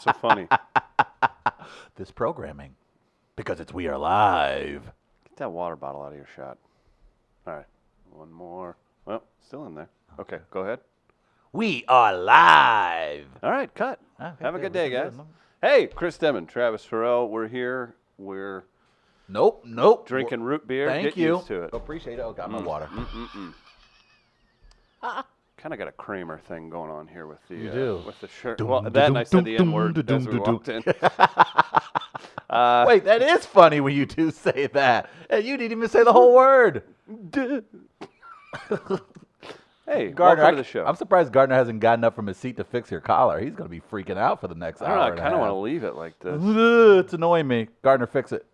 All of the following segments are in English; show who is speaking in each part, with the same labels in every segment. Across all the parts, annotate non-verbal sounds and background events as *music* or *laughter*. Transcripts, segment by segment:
Speaker 1: so
Speaker 2: *laughs*
Speaker 1: funny? Get
Speaker 2: This programming, because it's we are live.
Speaker 1: that water bottle out of your shot. All right, one more. Well, still in there. Okay, go ahead.
Speaker 2: We are live.
Speaker 1: All right, cut.
Speaker 2: Okay,
Speaker 1: Have a good
Speaker 2: good,
Speaker 1: day,
Speaker 2: we can
Speaker 1: guys.
Speaker 2: do it.
Speaker 1: Hey, Chris Demon, Travis Farrell, we're here. We're
Speaker 2: Nope, nope.
Speaker 1: drinking root beer.
Speaker 2: Thank
Speaker 1: Get
Speaker 2: you.
Speaker 1: used to it. Mm.
Speaker 2: Appreciate it. Oh, got my water.
Speaker 1: Kind of got a Kramer thing going on here with the
Speaker 2: You
Speaker 1: uh,
Speaker 2: do.
Speaker 1: with the shirt.
Speaker 2: Dum,
Speaker 1: well, that and I
Speaker 2: da-dum,
Speaker 1: said the
Speaker 2: dum,
Speaker 1: N word
Speaker 2: da-dum,
Speaker 1: as we
Speaker 2: da-dum.
Speaker 1: walked
Speaker 2: *laughs*
Speaker 1: in. uh,
Speaker 2: Wait, that is funny when you do *laughs* say that. And you didn't even say the whole word.
Speaker 1: hey,
Speaker 2: Gardner,
Speaker 1: *laughs* welcome to
Speaker 2: I-
Speaker 1: the show.
Speaker 2: I'm surprised Gardner hasn't gotten up from his seat to fix your collar. He's going to be freaking out for the next
Speaker 1: I
Speaker 2: hour.
Speaker 1: don't know. I
Speaker 2: and a
Speaker 1: kind of want to
Speaker 2: half.
Speaker 1: leave it like
Speaker 2: *laughs*
Speaker 1: this.
Speaker 2: Ugh, It's annoying me. Gardner, fix it.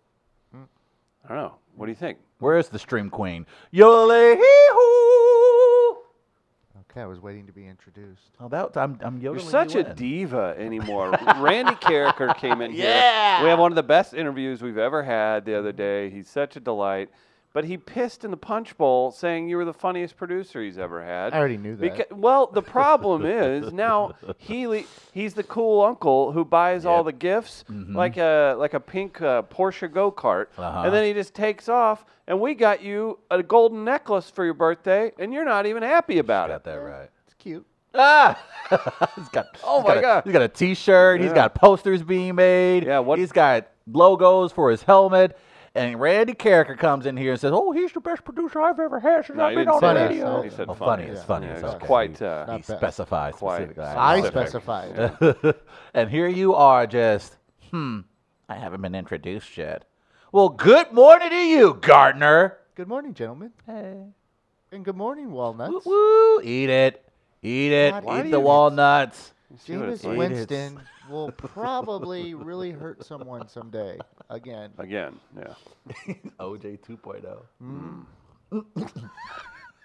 Speaker 1: I don't know. What do you think?
Speaker 2: Where is the stream queen? Yodeling hee-hoo.
Speaker 3: Okay, I was waiting to be introduced.
Speaker 2: Oh, that I'm, I'm yodeling.
Speaker 1: You're such
Speaker 2: you
Speaker 1: a
Speaker 2: in.
Speaker 1: diva anymore. Randy Carricker came in here.
Speaker 2: Yeah.
Speaker 1: We had one of the best interviews we've ever had the other day. He's such a delight. But he pissed in the punch bowl saying you were the funniest producer he's ever had.
Speaker 3: I already knew that.
Speaker 1: Beca- well, the problem is now he le- he's the cool uncle who buys all
Speaker 2: Yep.
Speaker 1: the gifts
Speaker 3: Mm-hmm.
Speaker 1: like a like a pink uh, Porsche go kart,
Speaker 2: Uh-huh.
Speaker 1: and then he just takes off. And we got you a golden necklace for your birthday, and you're not even happy about it.
Speaker 2: Got that right.
Speaker 3: it's cute.
Speaker 2: Ah! *laughs* he's got.
Speaker 1: Oh
Speaker 2: he's
Speaker 1: my
Speaker 2: got a-
Speaker 1: God.
Speaker 2: He's got a T-shirt. He's
Speaker 1: Yeah.
Speaker 2: got posters being made.
Speaker 1: Yeah, what-
Speaker 2: He's got logos for his helmet. And Randy Carricker comes in here and says, "oh, he's the best producer I've ever had since
Speaker 1: No,
Speaker 2: I've
Speaker 1: he
Speaker 2: been
Speaker 1: didn't
Speaker 2: on
Speaker 1: say
Speaker 2: the
Speaker 3: that.
Speaker 2: radio."
Speaker 3: He
Speaker 1: said
Speaker 2: oh, funny.
Speaker 3: funny.
Speaker 2: It's
Speaker 3: Yeah.
Speaker 2: funny.
Speaker 1: Yeah,
Speaker 2: it's
Speaker 1: it's
Speaker 2: okay.
Speaker 1: quite,
Speaker 2: He-
Speaker 1: uh,
Speaker 2: he
Speaker 3: Not bad.
Speaker 2: specifies
Speaker 1: Quite
Speaker 2: specifically.
Speaker 3: I
Speaker 1: Specific.
Speaker 3: specified.
Speaker 1: *laughs*
Speaker 2: *laughs* and here you are, just hmm. I haven't been introduced yet. Well, good morning to you, Gardner.
Speaker 3: Good morning, gentlemen,
Speaker 2: Hey.
Speaker 3: and good morning,
Speaker 2: Woo,
Speaker 3: walnuts.
Speaker 2: woo. Eat it. Eat it.
Speaker 3: Why
Speaker 2: Eat
Speaker 3: do
Speaker 2: the
Speaker 3: you-
Speaker 2: walnuts.
Speaker 1: See what it's
Speaker 3: Jameis
Speaker 1: like. *laughs*
Speaker 3: Winston will probably really hurt someone someday. Again,
Speaker 1: Again, yeah.
Speaker 2: OJ 2.0. Mm.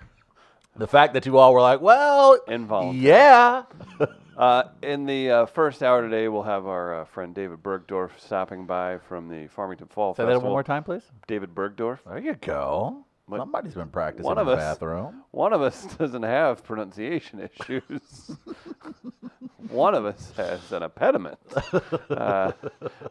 Speaker 2: *coughs* the fact that you all were like, well,
Speaker 1: Involuntary.
Speaker 2: yeah.
Speaker 1: Uh, in the uh, first hour today, we'll have our uh, friend David Bergdorf stopping by from the Farmington Fall
Speaker 2: Say that
Speaker 1: Festival.
Speaker 2: one more time, please.
Speaker 1: David Bergdorf.
Speaker 2: There you go.
Speaker 1: What-
Speaker 2: Somebody's been practicing
Speaker 1: One of
Speaker 2: in the
Speaker 1: us.
Speaker 2: bathroom.
Speaker 1: One of us *laughs* doesn't have pronunciation issues. *laughs* one of us has an impediment. *laughs* Uh,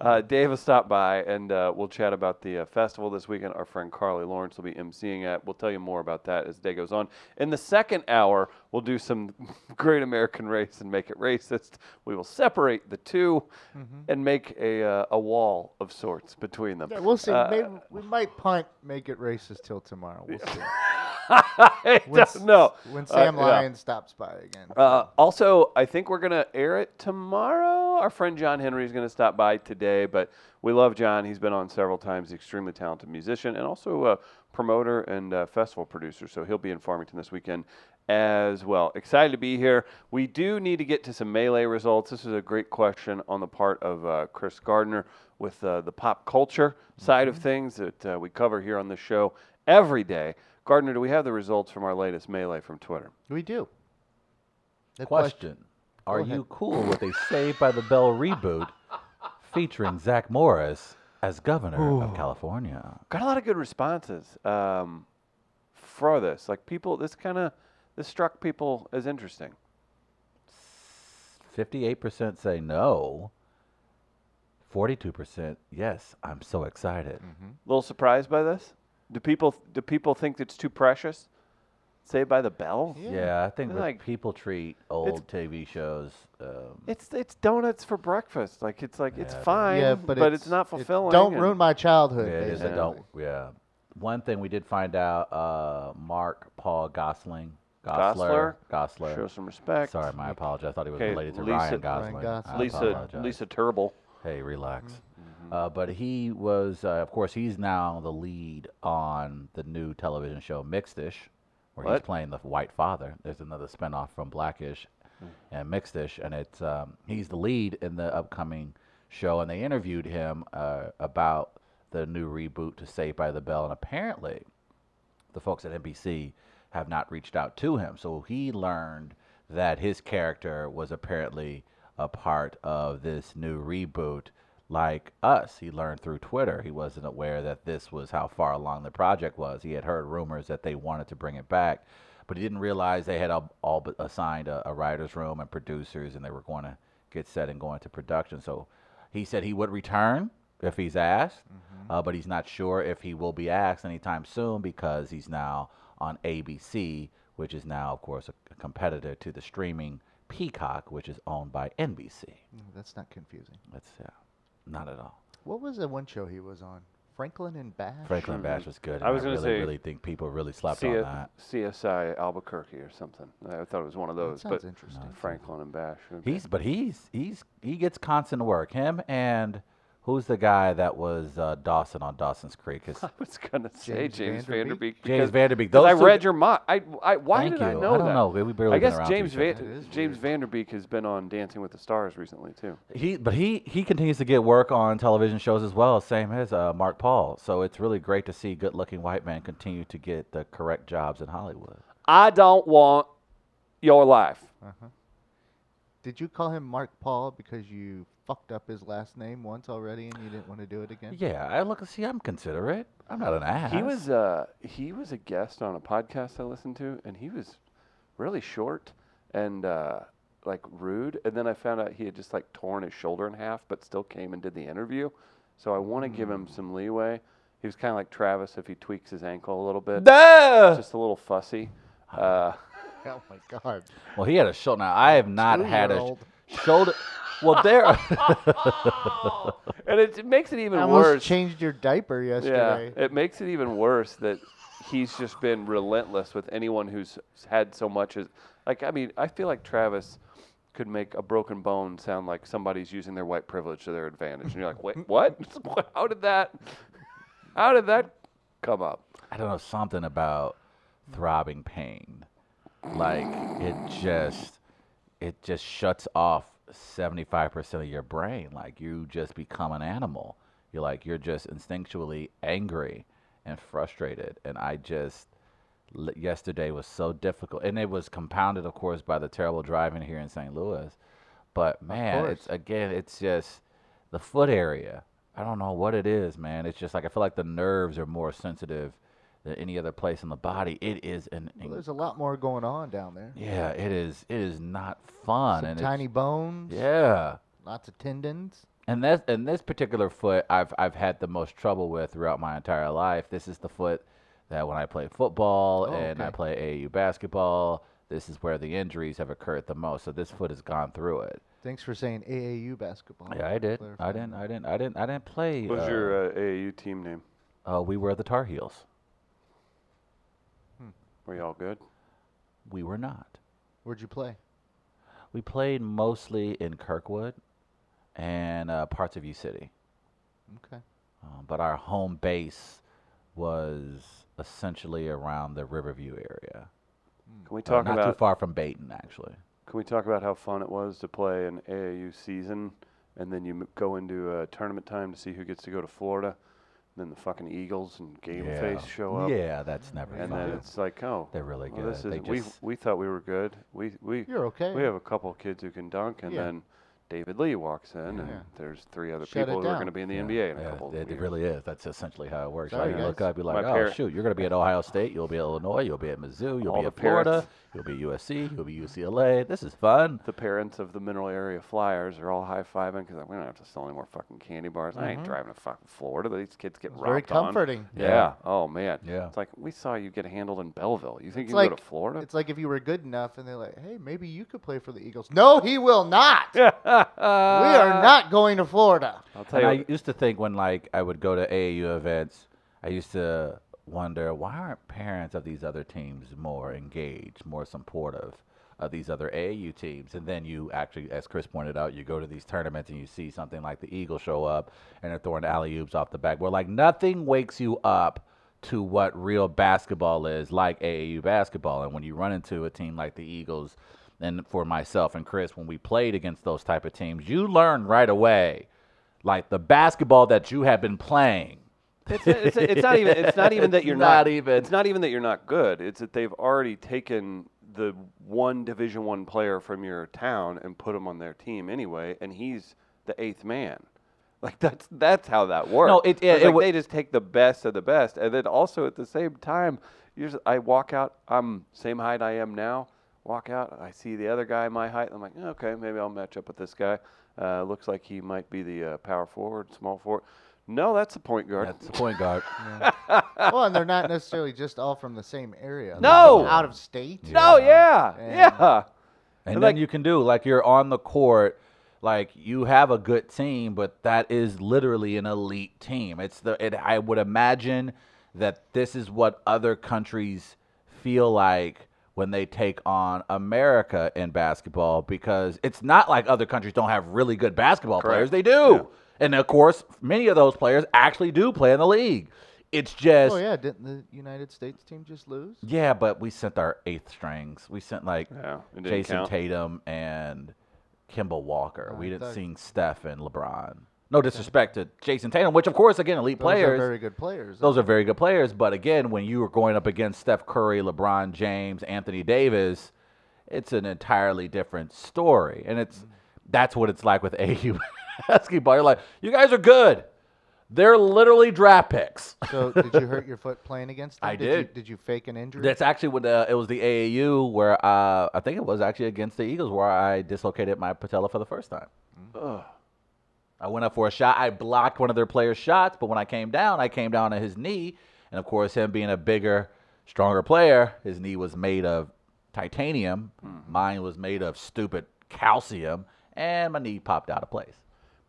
Speaker 1: uh, Dave will stop by and uh, we'll chat about the uh, festival this weekend. Our friend Carly Lawrence will be emceeing at. We'll tell you more about that as the day goes on. In the second hour, we'll do some *laughs* Great American Race and Make It Racist. We will separate the 2
Speaker 2: Mm-hmm.
Speaker 1: and make a, uh, a wall of sorts between them.
Speaker 3: Yeah, we'll see.
Speaker 1: Uh,
Speaker 3: Maybe we might punt, make it racist till tomorrow.
Speaker 1: *laughs*
Speaker 3: We'll see.
Speaker 1: *laughs* I
Speaker 3: When
Speaker 1: don't know.
Speaker 3: s- When
Speaker 1: Uh,
Speaker 3: Sam
Speaker 1: yeah.
Speaker 3: Lyon stops by again.
Speaker 1: Uh, also, I think we're going to air it tomorrow. Our friend John Henry is going to stop by today, but we love John. He's been on several times, extremely talented musician and also a promoter and uh festival producer. So he'll be in Farmington this weekend as well. Excited to be here. We do need to get to some melee results. This is a great question on the part of uh, Chris Gardner with uh, the pop culture side of things that uh, we cover here on this show every day. Gardner, do we have the results from our latest melee from Twitter?
Speaker 3: we do. The
Speaker 2: Question Are
Speaker 3: ahead.
Speaker 2: you cool with a Saved by the Bell *laughs* reboot featuring Zach Morris as governor of California?
Speaker 1: got a lot of good responses um, for this. Like people, this kind of this struck people as interesting.
Speaker 2: 58% say no. 42% yes, I'm so excited.
Speaker 1: A little surprised by this. Do people do people think it's too precious? Saved by the Bell.
Speaker 3: Yeah.
Speaker 2: Yeah, I think
Speaker 1: They're
Speaker 2: that
Speaker 1: like-
Speaker 2: people treat old TV shows. Um,
Speaker 1: It's it's donuts for breakfast. Like it's like it's
Speaker 2: Yeah, but-
Speaker 1: fine,
Speaker 3: Yeah, but,
Speaker 1: it's, not fulfilling.
Speaker 3: don't
Speaker 1: and-
Speaker 3: ruin my childhood.
Speaker 2: yeah, it is. I
Speaker 3: basically.
Speaker 2: don't. Yeah. One thing we did find out: uh, Mark Paul Gosling, Gosler, Gosler.
Speaker 1: Show some respect.
Speaker 2: Sorry, my apologies. I thought he was
Speaker 1: Okay,
Speaker 2: related to
Speaker 1: Lisa-
Speaker 2: Ryan
Speaker 1: Ryan
Speaker 2: Gosling.
Speaker 3: Gosling.
Speaker 2: I
Speaker 1: Lisa
Speaker 2: apologize.
Speaker 1: Lisa Turble.
Speaker 2: Hey, relax. Uh, but he was, uh, of course, he's now the lead on the new television show Mixedish, where he's
Speaker 1: What?
Speaker 2: playing the white father. There's another spinoff from Blackish and Mixedish, and it's um, he's the lead in the upcoming show. And they interviewed him uh, about the new reboot to Saved by the Bell, and apparently, the folks at NBC have not reached out to him. So he learned that his character was apparently a part of this new reboot like us. He learned through Twitter. He wasn't aware that this was how far along the project was. He had heard rumors that they wanted to bring it back, but he didn't realize they had all, all but assigned a, a writer's room and producers and they were going to get set and go into production. So he said he would return if he's asked,
Speaker 1: Mm-hmm.
Speaker 2: uh, but he's not sure if he will be asked anytime soon because he's now on ABC, which is now, of course, a, a competitor to the streaming Peacock, which is owned by NBC.
Speaker 3: Mm, That's not confusing.
Speaker 2: That's yeah, not at all.
Speaker 3: What was the one show he was on? Franklin and Bash.
Speaker 2: Franklin
Speaker 1: Mhm.
Speaker 2: Bash was good. and
Speaker 1: I was gonna
Speaker 2: really,
Speaker 1: say
Speaker 2: really think people really slept
Speaker 1: C-
Speaker 2: on that.
Speaker 1: CSI Albuquerque or something. I thought it was one of
Speaker 3: That
Speaker 1: those.
Speaker 3: sounds
Speaker 1: But
Speaker 3: interesting.
Speaker 1: Franklin and Bash. would be-
Speaker 2: He's but he's he's he gets constant work. Him and who's the guy that was uh, Dawson on Dawson's Creek?
Speaker 1: *laughs*
Speaker 2: His,
Speaker 1: I was gonna say James,
Speaker 3: James
Speaker 1: Vanderbeek.
Speaker 3: Vanderbeek?
Speaker 1: because-
Speaker 2: James Vanderbeek.
Speaker 1: 'cause
Speaker 2: Those
Speaker 1: I
Speaker 2: two
Speaker 1: read
Speaker 2: g-
Speaker 1: your mind. I, I, why
Speaker 2: Thank
Speaker 1: did I
Speaker 2: you.
Speaker 1: know
Speaker 2: I don't
Speaker 1: that?
Speaker 2: know. We- we barely
Speaker 1: I
Speaker 2: been
Speaker 1: guess
Speaker 2: around
Speaker 1: James
Speaker 2: each other.
Speaker 1: Van,
Speaker 3: That is
Speaker 1: James Vanderbeek has been on Dancing with the Stars recently too.
Speaker 2: He but he he continues to get work on television shows as well. Same as uh, Mark Paul. So it's really great to see good-looking white men continue to get the correct jobs in Hollywood.
Speaker 1: I don't want your life.
Speaker 3: Uh-huh. Did you call him Mark Paul because you fucked up his last name once already and you didn't want to do it again?
Speaker 2: Yeah, I look. See, I'm considerate. I'm not an ass.
Speaker 1: He was uh, he was a guest on a podcast I listened to, and he was really short and uh, like rude. And then I found out he had just like torn his shoulder in half, but still came and did the interview. So I want to give him some leeway. He was kind of like Travis if he tweaks his ankle a little bit,
Speaker 2: Duh!
Speaker 1: just a little fussy. Uh, *laughs*
Speaker 3: *laughs* Oh my god.
Speaker 2: Well, he had a shoulder. Now I have not had a
Speaker 3: Two-year-old.
Speaker 2: sh- shoulder. Well, *laughs* there.
Speaker 1: and it, it makes it even
Speaker 3: I almost
Speaker 1: worse.
Speaker 3: changed your diaper yesterday.
Speaker 1: Yeah, it makes it even worse that he's just been relentless with anyone who's had so much as like I mean, I feel like Travis could make a broken bone sound like somebody's using their white privilege to their advantage. And you're like,
Speaker 2: *laughs*
Speaker 1: "Wait, what? *laughs* How did that How did that come up?"
Speaker 2: I don't know something about throbbing pain. Like it just it just shuts off 75% of your brain. Like you just become an animal. You're like you're just instinctually angry and frustrated and I just l- yesterday was so difficult and it was compounded of course by the terrible driving here in St. Louis. But man,
Speaker 3: course.
Speaker 2: it's again it's just the foot area. I don't know what it is, man. It's just like I feel like the nerves are more sensitive than any other place in the body. It is an
Speaker 3: Well, there's a lot more going on down there.
Speaker 2: yeah, it is it is not fun
Speaker 3: Some
Speaker 2: and it's-
Speaker 3: tiny bones.
Speaker 2: yeah.
Speaker 3: Lots of tendons.
Speaker 2: And this and this particular foot I've I've had the most trouble with throughout my entire life. This is the foot that when I play football
Speaker 3: Oh,
Speaker 2: and I
Speaker 3: okay.
Speaker 2: play AAU basketball, this is where the injuries have occurred the most. So this foot has gone through it.
Speaker 3: Thanks for saying AAU basketball.
Speaker 2: Yeah, I did. I
Speaker 3: Clarifying
Speaker 2: didn't.
Speaker 3: that.
Speaker 2: I didn't. I didn't. I didn't play.
Speaker 1: What was
Speaker 2: uh,
Speaker 1: your uh, AAU team name?
Speaker 2: uh, we were the Tar Heels.
Speaker 1: Hmm. Were you all good?
Speaker 2: We were not.
Speaker 3: Where'd you play?
Speaker 2: We played mostly in Kirkwood and uh, parts of U City,
Speaker 3: Okay.
Speaker 2: um, but our home base was essentially around the Riverview area.
Speaker 1: Can we
Speaker 2: Uh,
Speaker 1: talk
Speaker 2: not
Speaker 1: about
Speaker 2: too far from Dayton, actually.
Speaker 1: Can we talk about how fun it was to play an AAU season, and then you m- go into uh, tournament time to see who gets to go to Florida, and then the fucking Eagles and Game Face show up,
Speaker 2: Yeah, that's never
Speaker 1: and
Speaker 2: fun.
Speaker 1: then it's like, oh,
Speaker 2: They're really
Speaker 1: well,
Speaker 2: good.
Speaker 1: This
Speaker 2: They
Speaker 1: is, we
Speaker 2: just-
Speaker 1: we thought we were good. We we
Speaker 3: You're okay.
Speaker 1: we have a couple kids who can dunk, and
Speaker 3: Yeah.
Speaker 1: then David Lee walks in,
Speaker 3: Yeah.
Speaker 1: and there's three other
Speaker 3: Shut it
Speaker 1: people who are
Speaker 3: down.
Speaker 1: going to be in the
Speaker 2: Yeah,
Speaker 1: NBA in a
Speaker 2: yeah,
Speaker 1: couple. of
Speaker 2: It, it
Speaker 1: years.
Speaker 2: really is. That's essentially how it works.
Speaker 3: Sorry,
Speaker 2: like you look
Speaker 3: guys.
Speaker 2: up, you're like,
Speaker 1: My
Speaker 2: oh
Speaker 1: parent-
Speaker 2: shoot, you're gonna be at Ohio State, you'll be at Illinois, you'll be at Mizzou, you'll
Speaker 1: All
Speaker 2: be
Speaker 1: the
Speaker 2: at Florida,
Speaker 1: parents.
Speaker 2: you'll be USC, you'll be UCLA. This is fun.
Speaker 1: The parents of the Mineral Area Flyers are all high fiving because we don't have to sell any more fucking candy bars. I ain't driving to fucking Florida. These kids get
Speaker 3: It's very
Speaker 1: robbed on.
Speaker 3: comforting.
Speaker 1: Yeah.
Speaker 2: Mm-hmm. Yeah.
Speaker 1: Oh man.
Speaker 2: Yeah.
Speaker 1: It's like we saw you get handled in Belleville. You think
Speaker 3: It's
Speaker 1: you
Speaker 3: like
Speaker 1: can go to Florida?
Speaker 3: It's *laughs* like if you were good enough, and they're like, "Hey, maybe you could play for the Eagles." No, he will not. we
Speaker 2: Uh,
Speaker 3: are not going to Florida.
Speaker 1: I'll tell
Speaker 2: And
Speaker 1: you.
Speaker 2: I
Speaker 1: what-
Speaker 2: used to think when like I would go to AAU events, I used to wonder why aren't parents of these other teams more engaged, more supportive of these other AAU teams? And then you actually, as Chris pointed out, you go to these tournaments and you see something like the Eagles show up and they're throwing alley oops off the backboard. Like nothing wakes you up to what real basketball is, like AAU basketball. And when you run into a team like the Eagles. And for myself and Chris, when we played against those type of teams, you learn right away like the basketball that you have been playing.
Speaker 1: it's, it's, it's not even. It's not even that
Speaker 2: It's *laughs*
Speaker 1: you're
Speaker 2: not
Speaker 1: not,
Speaker 2: even-
Speaker 1: It's not even that you're not good. It's that they've already taken the one Division One player from your town and put him on their team anyway, and he's the eighth man. Like that's that's how that works.
Speaker 2: it- yeah,
Speaker 1: It's
Speaker 2: it
Speaker 1: like
Speaker 2: wa-
Speaker 1: they just take the best of the best, and then also at the same time, you just, I walk out. I'm same height I am now. walk out. I see the other guy my height. I'm like, "Oh, okay, maybe I'll match up with this guy. Uh, looks like he might be the uh, power forward, small forward. No, that's the point guard.
Speaker 2: That's the point
Speaker 1: *laughs*
Speaker 2: guard.
Speaker 3: well, and they're not necessarily just all from the same area.
Speaker 1: No!
Speaker 3: They're out of state.
Speaker 1: no, yeah,
Speaker 3: Yeah.
Speaker 1: yeah.
Speaker 2: And
Speaker 1: And
Speaker 2: then
Speaker 1: like-
Speaker 2: you can do like you're on the court, like you have a good team, but that is literally an elite team. It's the it, I would imagine that this is what other countries feel like when they take on America in basketball because it's not like other countries don't have really good basketball players.
Speaker 1: Correct.
Speaker 2: They do. And of course, many of those players actually do play in the league. It's just
Speaker 3: Oh yeah, didn't the United States team just lose?
Speaker 2: yeah, but we sent our eighth strings. We sent like
Speaker 1: Yeah, it didn't
Speaker 2: Jason
Speaker 1: count.
Speaker 2: Tatum and Kimball Walker. we
Speaker 3: I
Speaker 2: didn't
Speaker 3: thought-
Speaker 2: see Steph and LeBron. No disrespect to Jason Tatum, which of course again elite
Speaker 3: Those
Speaker 2: players.
Speaker 3: are very good players.
Speaker 2: those are very good players, but again, when you are going up against Steph Curry, LeBron James, Anthony Davis, it's an entirely different story, and it's
Speaker 3: Mm-hmm.
Speaker 2: that's what it's like with *laughs* AU basketball. You're like, you guys are good. They're literally draft picks. *laughs*
Speaker 3: so did you hurt your foot playing against them?
Speaker 2: I
Speaker 3: You,
Speaker 2: did.
Speaker 3: did you fake an injury?
Speaker 2: That's actually what the, it was the AAU where uh, I think it was actually against the Eagles where I dislocated my patella for the first time.
Speaker 1: Ugh.
Speaker 2: I went up for a shot. I blocked one of their players' shots, but when I came down, I came down on his knee. And of course, him being a bigger, stronger player, his knee was made of titanium.
Speaker 1: Hmm.
Speaker 2: Mine was made of stupid calcium, and my knee popped out of place.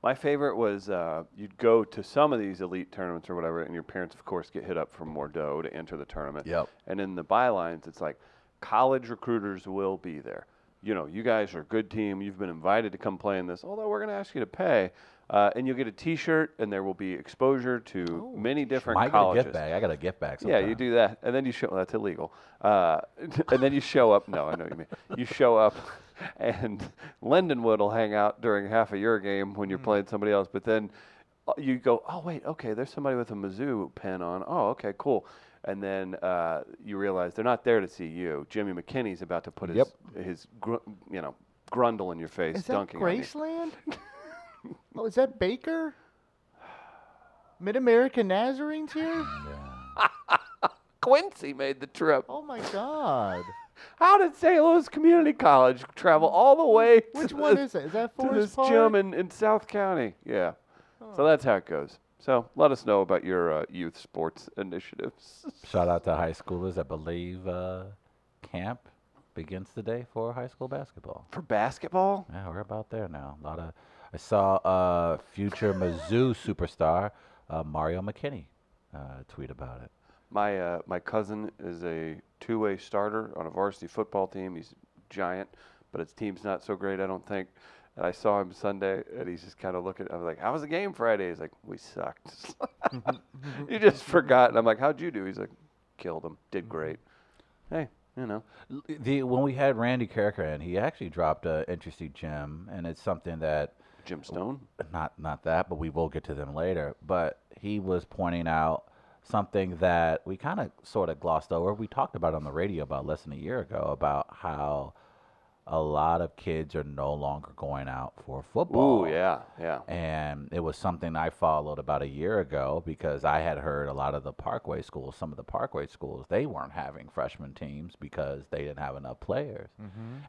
Speaker 1: My favorite was uh, you'd go to some of these elite tournaments or whatever, and your parents, of course, get hit up from Bordeaux to enter the tournament.
Speaker 2: Yep.
Speaker 1: And in the bylines, it's like, college recruiters will be there. You know, you guys are a good team. You've been invited to come play in this, although we're going to ask you to pay. Uh, and you'll get a t shirt, and there will be exposure to many different
Speaker 2: I got a
Speaker 1: colleges.
Speaker 2: gift bag. I got a gift bag.
Speaker 1: Yeah, you
Speaker 2: sometime.
Speaker 1: do that, and then you show. That's illegal. Uh, *laughs* and then you show up. No, I know what you mean. You show up, *laughs* and Lindenwood will hang out during half of your game when
Speaker 3: Hmm.
Speaker 1: you're playing somebody else. But then uh, you go, oh wait, okay, there's somebody with a Mizzou pin on. Oh, okay, cool. And then uh, you realize they're not there to see you. Jimmy McKinney's about to put his his gr- you know grundle in your face,
Speaker 3: is that
Speaker 1: dunking on you.
Speaker 3: Graceland? *laughs* oh, is that Baker? Mid America Nazarenes here?
Speaker 1: Quincy made the trip.
Speaker 3: Oh my God!
Speaker 1: How did St. Louis Community College travel all the way?
Speaker 3: Which
Speaker 1: to
Speaker 3: one
Speaker 1: this-
Speaker 3: is it? Is that
Speaker 1: to
Speaker 3: Forest
Speaker 1: this
Speaker 3: Park?
Speaker 1: gym in, in South County. Yeah. So that's how it goes. So let us know about your uh, youth sports initiatives.
Speaker 2: Shout out to high schoolers. I believe uh, camp begins today for high school basketball.
Speaker 1: *laughs* For basketball?
Speaker 2: Yeah, we're about there now. A lot of I saw uh, future Mizzou superstar uh, Mario McKinney uh, tweet about it.
Speaker 1: My uh, my cousin is a two-way starter on a varsity football team. He's giant, but his team's not so great, I don't think. And I saw him Sunday, and he's just kind of looking. I was like, "How was the game Friday?" He's like, "We
Speaker 3: *laughs*
Speaker 1: sucked. *laughs* you just forgot." And I'm like, "How'd you do?" He's like, "Killed him.
Speaker 3: Mm-hmm.
Speaker 1: Did great. Hey, you know,
Speaker 2: L- The when we had Randy Carricker in, he actually dropped an interesting gem, and it's something that
Speaker 1: Jim Stone."
Speaker 2: not not that, but we will get to them later. But he was pointing out something that we kind of sort of glossed over. We talked about on the radio about less than a year ago about how a lot of kids are no longer going out for football.
Speaker 1: Ooh, yeah, yeah.
Speaker 2: and it was something I followed about a year ago because I had heard a lot of the Parkway schools, some of the Parkway schools, they weren't having freshman teams because they didn't have enough players.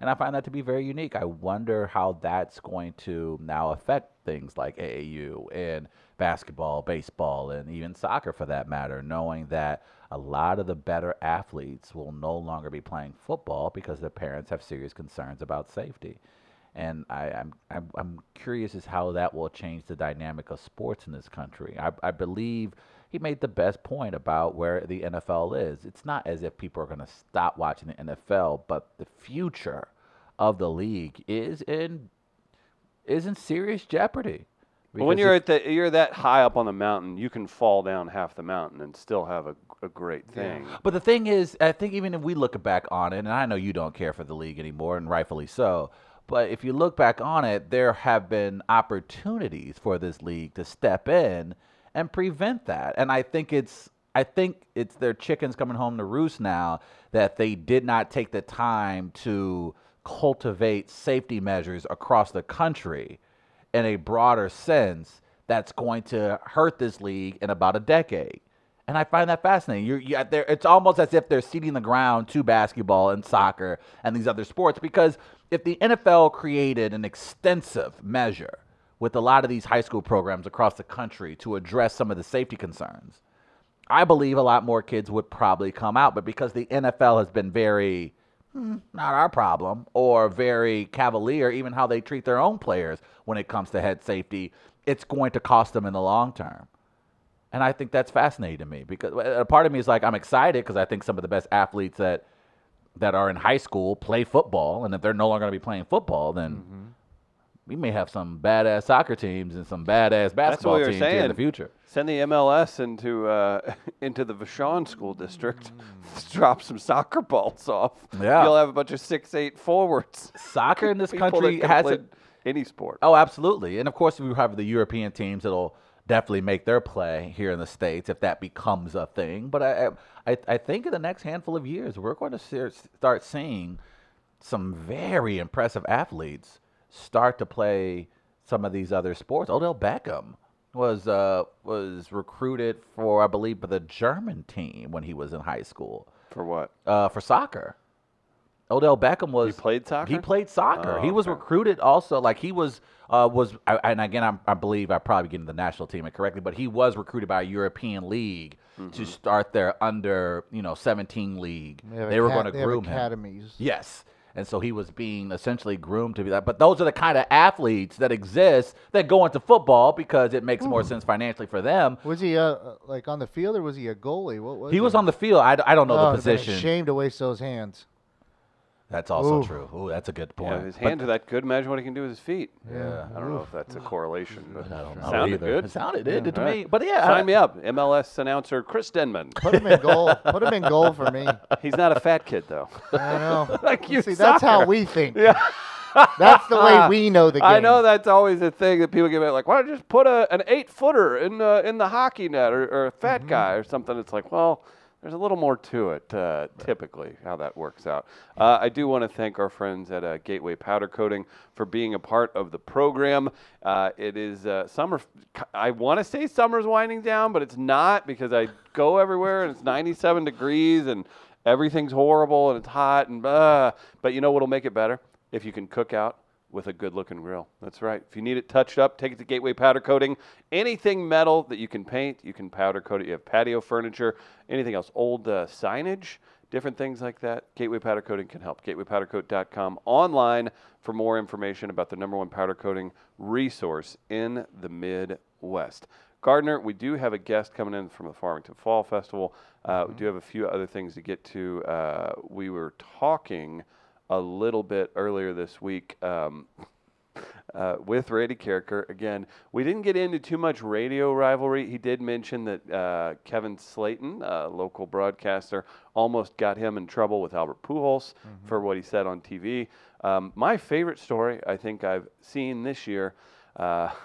Speaker 2: And I find that to be very unique. I wonder how that's going to now affect things like AAU and basketball, baseball, and even soccer for that matter, knowing that a lot of the better athletes will no longer be playing football because their parents have serious concerns about safety. And I, I'm, I'm, I'm curious as how that will change the dynamic of sports in this country. I, I believe he made the best point about where the NFL is. It's not as if people are going to stop watching the NFL, but the future of the league is in is in serious jeopardy.
Speaker 1: Well, when
Speaker 2: because
Speaker 1: you're
Speaker 2: it's-
Speaker 1: at the you're that high up on the mountain, you can fall down half the mountain and still have a, a great thing.
Speaker 2: But the thing is, I think even if we look back on it, and I know you don't care for the league anymore, and rightfully so, but if you look back on it, there have been opportunities for this league to step in and prevent that. And I think it's I think it's their chickens coming home to roost now that they did not take the time to cultivate safety measures across the country in a broader sense that's going to hurt this league in about a decade. And I find that fascinating. You're, you there. It's almost as if they're seeding the ground to basketball and soccer and these other sports because if the NFL created an extensive measure with a lot of these high school programs across the country to address some of the safety concerns, I believe a lot more kids would probably come out. But because the NFL has been very "Hmm, not our problem or very cavalier, even how they treat their own players when it comes to head safety, it's going to cost them in the long term. And I think that's fascinating to me because a part of me is like, I'm excited because I think some of the best athletes that that are in high school play football, and if they're no longer going to be playing football, then
Speaker 1: Mm-hmm.
Speaker 2: we may have some badass soccer teams and some badass
Speaker 1: That's what
Speaker 2: basketball
Speaker 1: we were
Speaker 2: teams here
Speaker 1: saying.
Speaker 2: in the future.
Speaker 1: Send the MLS into uh, *laughs* into the Vashon school district. *laughs* Drop some soccer balls off.
Speaker 2: Mm. Yeah.
Speaker 1: You'll have a bunch of six eight forwards.
Speaker 2: Soccer in
Speaker 1: *laughs*
Speaker 2: this
Speaker 1: People that
Speaker 2: country
Speaker 1: can
Speaker 2: has
Speaker 1: play
Speaker 2: a,
Speaker 1: any sport.
Speaker 2: Oh, absolutely. And of course, we have the European teams that'll definitely make their play here in the states if that becomes a thing. But I, I, I think in the next handful of years, we're going to ser- start seeing some very impressive athletes start to play some of these other sports. Odell Beckham was uh, was recruited for, I believe, the German team when he was in high school
Speaker 1: For what?
Speaker 2: uh, for soccer. Odell Beckham was
Speaker 1: played soccer?
Speaker 2: He played soccer.
Speaker 1: Oh,
Speaker 2: he was
Speaker 1: okay.
Speaker 2: recruited also. Like he was uh, was I, and again I, I believe I probably get the national team incorrectly, but he was recruited by a European league
Speaker 1: Mm-hmm.
Speaker 2: to start their under you know seventeen league.
Speaker 3: They, have
Speaker 2: They, were
Speaker 3: aca-
Speaker 2: going to
Speaker 3: they have
Speaker 2: groom him.
Speaker 3: academies.
Speaker 2: Yes. And so he was being essentially groomed to be that. But those are the kind of athletes that exist that go into football because it makes more sense financially for them.
Speaker 3: Was he uh, like on the field or was he a goalie? What was
Speaker 2: He was on the field. I, d- I don't know
Speaker 3: oh,
Speaker 2: the
Speaker 3: it'd have been
Speaker 2: position.
Speaker 3: a shame to waste those hands.
Speaker 2: That's also
Speaker 3: Ooh.
Speaker 2: true. Ooh, that's a good point.
Speaker 1: Yeah, his
Speaker 2: But-
Speaker 1: hands are that good. Imagine what he can do with his feet.
Speaker 2: Yeah.
Speaker 1: I don't know if that's a correlation, but
Speaker 2: I don't know
Speaker 1: sounded
Speaker 2: either.
Speaker 1: good.
Speaker 2: It sounded it did to
Speaker 1: All right.
Speaker 2: me. But yeah,
Speaker 1: Sign
Speaker 2: I-
Speaker 1: me up, MLS announcer Chris Denman.
Speaker 3: Put
Speaker 1: *laughs*
Speaker 3: him in goal. Put him in goal for me. I
Speaker 1: He's not a fat kid
Speaker 2: *laughs*
Speaker 1: though.
Speaker 3: know.
Speaker 1: *laughs* Like you,
Speaker 3: See, that's how
Speaker 1: soccer.
Speaker 3: we think.
Speaker 1: Yeah.
Speaker 3: That's the way
Speaker 1: *laughs*
Speaker 3: we know the game.
Speaker 1: I know that's always a thing that people give it like, why don't you just put a, an eight footer in uh, in the hockey net or, or a fat guy or something? It's like, well, there's a little more to it, uh, typically, how that works out. Uh, I do want to thank our friends at uh, Gateway Powder Coating for being a part of the program. Uh, it is uh, summer, I want to say summer's winding down, but it's not because I go everywhere and it's 97 degrees and everything's horrible and it's hot and blah. But you know what'll make it better? If you can cook out with a good looking grill. That's right. If you need it touched up, take it to Gateway Powder Coating. Anything metal that you can paint, you can powder coat it. You have patio furniture, anything else, old uh, signage, different things like that. Gateway Powder Coating can help. GatewayPowderCoat.com online for more information about the number one powder coating resource in the Midwest. Gardner, we do have a guest coming in from the Farmington Fall Festival. Uh, We do have a few other things to get to. Uh, we were talking a little bit earlier this week um, uh, with Randy Carricker. Again, we didn't get into too much radio rivalry. He did mention that uh, Kevin Slayton, a local broadcaster, almost got him in trouble with Albert Pujols
Speaker 3: Mm-hmm.
Speaker 1: for what he said on TV. Um, my favorite story I think I've seen this year. Uh, *laughs*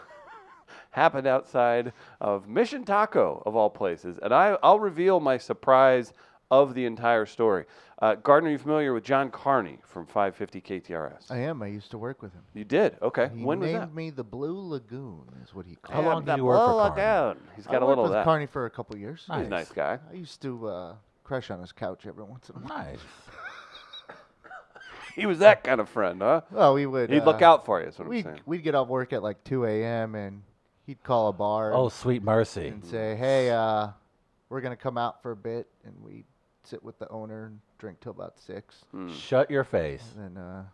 Speaker 1: happened outside of Mission Taco, of all places. And I, I'll reveal my surprise of the entire story. Uh, Gardner, you familiar with John Carney from 550 KTRS?
Speaker 3: I am. I used to work with him.
Speaker 1: you did? Okay.
Speaker 3: He
Speaker 1: when was
Speaker 3: named
Speaker 1: that?
Speaker 3: me the Blue Lagoon, is what he
Speaker 2: How
Speaker 3: called.
Speaker 2: long
Speaker 3: it.
Speaker 2: did you work for Carney?
Speaker 1: down. He's got
Speaker 3: I
Speaker 1: a little
Speaker 3: worked
Speaker 1: of
Speaker 3: with
Speaker 1: that.
Speaker 3: Carney for a couple years.
Speaker 1: He's a nice guy. *laughs*
Speaker 3: I used to uh, crush on his couch every once in a while.
Speaker 2: Nice.
Speaker 1: He was that kind of friend, huh?
Speaker 3: Well, we would.
Speaker 1: He'd
Speaker 3: uh,
Speaker 1: look out for you, is what I'm
Speaker 3: We'd,
Speaker 1: saying.
Speaker 3: we'd get off work at like 2 a.m. and he'd call a bar
Speaker 2: Oh,
Speaker 3: and,
Speaker 2: sweet mercy.
Speaker 3: and say, "Hey, uh, we're gonna come out for a bit," and we'd sit with the owner and drink till about six.
Speaker 1: Hmm.
Speaker 2: Shut your face.
Speaker 3: And then uh,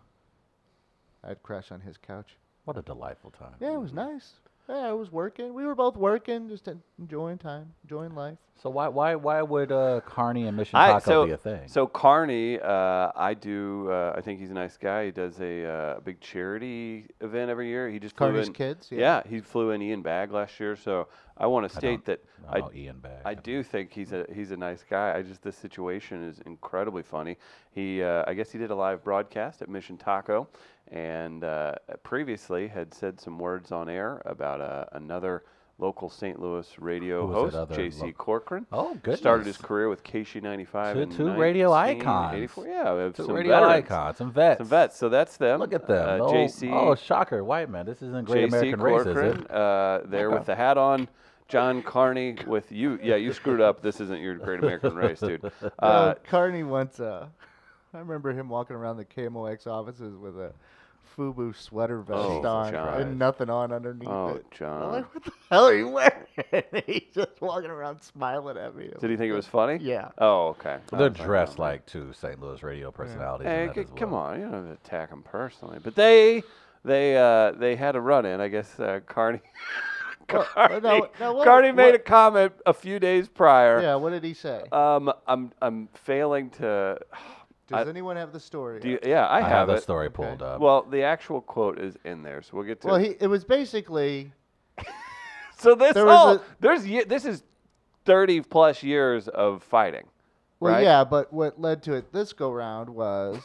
Speaker 3: I'd crash on his couch.
Speaker 2: What a delightful time.
Speaker 3: Yeah,
Speaker 1: Hmm.
Speaker 3: it was nice. Yeah, I was working. We were both working, just en- enjoying time, enjoying life.
Speaker 2: So why why why would uh, Carney and Mission
Speaker 1: I-
Speaker 2: Taco be a thing?
Speaker 1: So Carney, uh, I do. Uh, I think he's a nice guy. He does a uh, big charity event every year. He just flew
Speaker 3: Carney's
Speaker 1: in-
Speaker 3: Kids,
Speaker 1: Yeah.
Speaker 3: yeah.
Speaker 1: he flew in Ian Bag last year. So I want to state that
Speaker 2: I
Speaker 1: I,
Speaker 2: don't know, Ian Bag.
Speaker 1: I do think he's a he's a nice guy. I just this situation is incredibly funny. He uh, I guess he did a live broadcast at Mission Taco, and uh, previously had said some words on air about uh, another local St. Louis radio
Speaker 2: Who was
Speaker 1: host,
Speaker 2: that other
Speaker 1: J.C.
Speaker 2: lo-
Speaker 1: Corcoran.
Speaker 2: Oh,
Speaker 1: Started his
Speaker 2: goodness.
Speaker 1: career with KC95.
Speaker 2: Two-
Speaker 1: in
Speaker 2: two
Speaker 1: 1984.
Speaker 2: radio icons.
Speaker 1: Yeah, we have
Speaker 2: Two
Speaker 1: some
Speaker 2: radio
Speaker 1: veterans.
Speaker 2: icons, some vets.
Speaker 1: Some vets. So that's them.
Speaker 2: Look at them.
Speaker 1: Uh,
Speaker 2: oh,
Speaker 1: JC.
Speaker 2: oh, shocker, white man. This isn't great
Speaker 1: JC
Speaker 2: American race, is
Speaker 1: Corcoran
Speaker 2: it?
Speaker 1: uh, there with the hat on. John Carney with you. Yeah, you screwed up. This isn't your Great
Speaker 2: *laughs*
Speaker 1: American Race, dude. Uh,
Speaker 3: Uh, Carney once, uh, *laughs* I remember him walking around the KMOX offices with a FUBU sweater vest
Speaker 1: Oh, Jesus
Speaker 3: on
Speaker 1: Christ.
Speaker 3: and nothing on underneath
Speaker 1: oh,
Speaker 3: it. I'm
Speaker 1: John.
Speaker 3: like, what the hell are you wearing? *laughs* And He's just walking around smiling at me.
Speaker 1: Did he think it was funny?
Speaker 3: Yeah.
Speaker 1: Oh, okay.
Speaker 2: Well, they're
Speaker 1: I was like,
Speaker 2: dressed
Speaker 1: oh, man.
Speaker 2: like two St. Louis radio personalities.
Speaker 1: Hey,
Speaker 2: and that
Speaker 1: c-
Speaker 2: as well.
Speaker 1: come on, you don't have to attack him personally. But they, they, uh, they had a run-in. I guess uh, Carney. *laughs* Carney,
Speaker 3: now- now what-
Speaker 1: Carney made
Speaker 3: what-
Speaker 1: a comment a few days prior.
Speaker 3: Yeah, what did he say?
Speaker 1: Um, I'm, I'm failing to.
Speaker 3: Does anyone have the story? Uh,
Speaker 1: Do you, yeah, I,
Speaker 2: I have
Speaker 1: have,
Speaker 2: that
Speaker 1: it.
Speaker 2: story pulled up.
Speaker 1: Well, the actual quote is in there, so we'll get to.
Speaker 3: well,
Speaker 1: it.
Speaker 3: he, it was basically
Speaker 1: so this
Speaker 3: there was
Speaker 1: all
Speaker 3: a-
Speaker 1: there's ye- this is thirty plus years of fighting.
Speaker 3: Well,
Speaker 1: right?
Speaker 3: yeah, but what led to it this go round was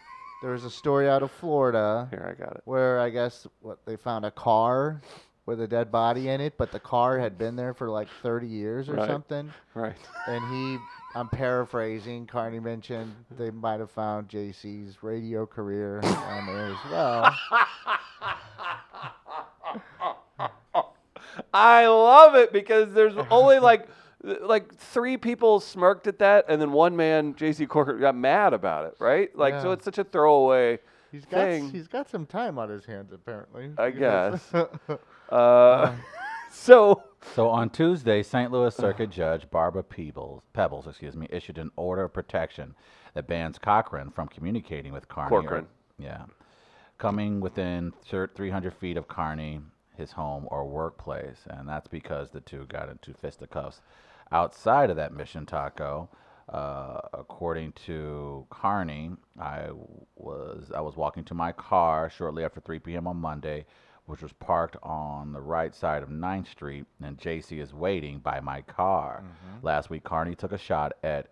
Speaker 1: *laughs*
Speaker 3: there was a story out of Florida
Speaker 1: Here, I got it.
Speaker 3: where I guess what they found a car with a dead body in it, but the car had been there for like 30 years or
Speaker 1: Right.
Speaker 3: something.
Speaker 1: Right. *laughs*
Speaker 3: And he, I'm paraphrasing, Carney mentioned they might have found JC's radio career on there as
Speaker 1: *laughs*
Speaker 3: well.
Speaker 1: I love it because
Speaker 3: *laughs*
Speaker 1: there's only like like three people smirked at that, and then one man, J.C. Corker, got mad about it. Right? Like, so
Speaker 3: Yeah.
Speaker 1: it's such a throwaway.
Speaker 3: He's got s-
Speaker 1: Thing.
Speaker 3: he's got some time on his hands apparently. *laughs*
Speaker 1: I
Speaker 3: because-
Speaker 1: Uh, *laughs* so
Speaker 2: So on Tuesday, St. Louis Circuit Judge Barbara Peebles, Pebbles, excuse me, issued an order of protection that bans Cochran from communicating with Carney. or-
Speaker 1: Corcoran.
Speaker 2: yeah, coming within thir- 300 feet of Carney, his home or workplace, and that's because the two got into fisticuffs outside of that Mission Taco. Uh, according to Carney, I was I was walking to my car shortly after 3 p.m. on Monday, which was parked on the right side of 9th Street, and JC is waiting by my car. Last week, Carney took a shot at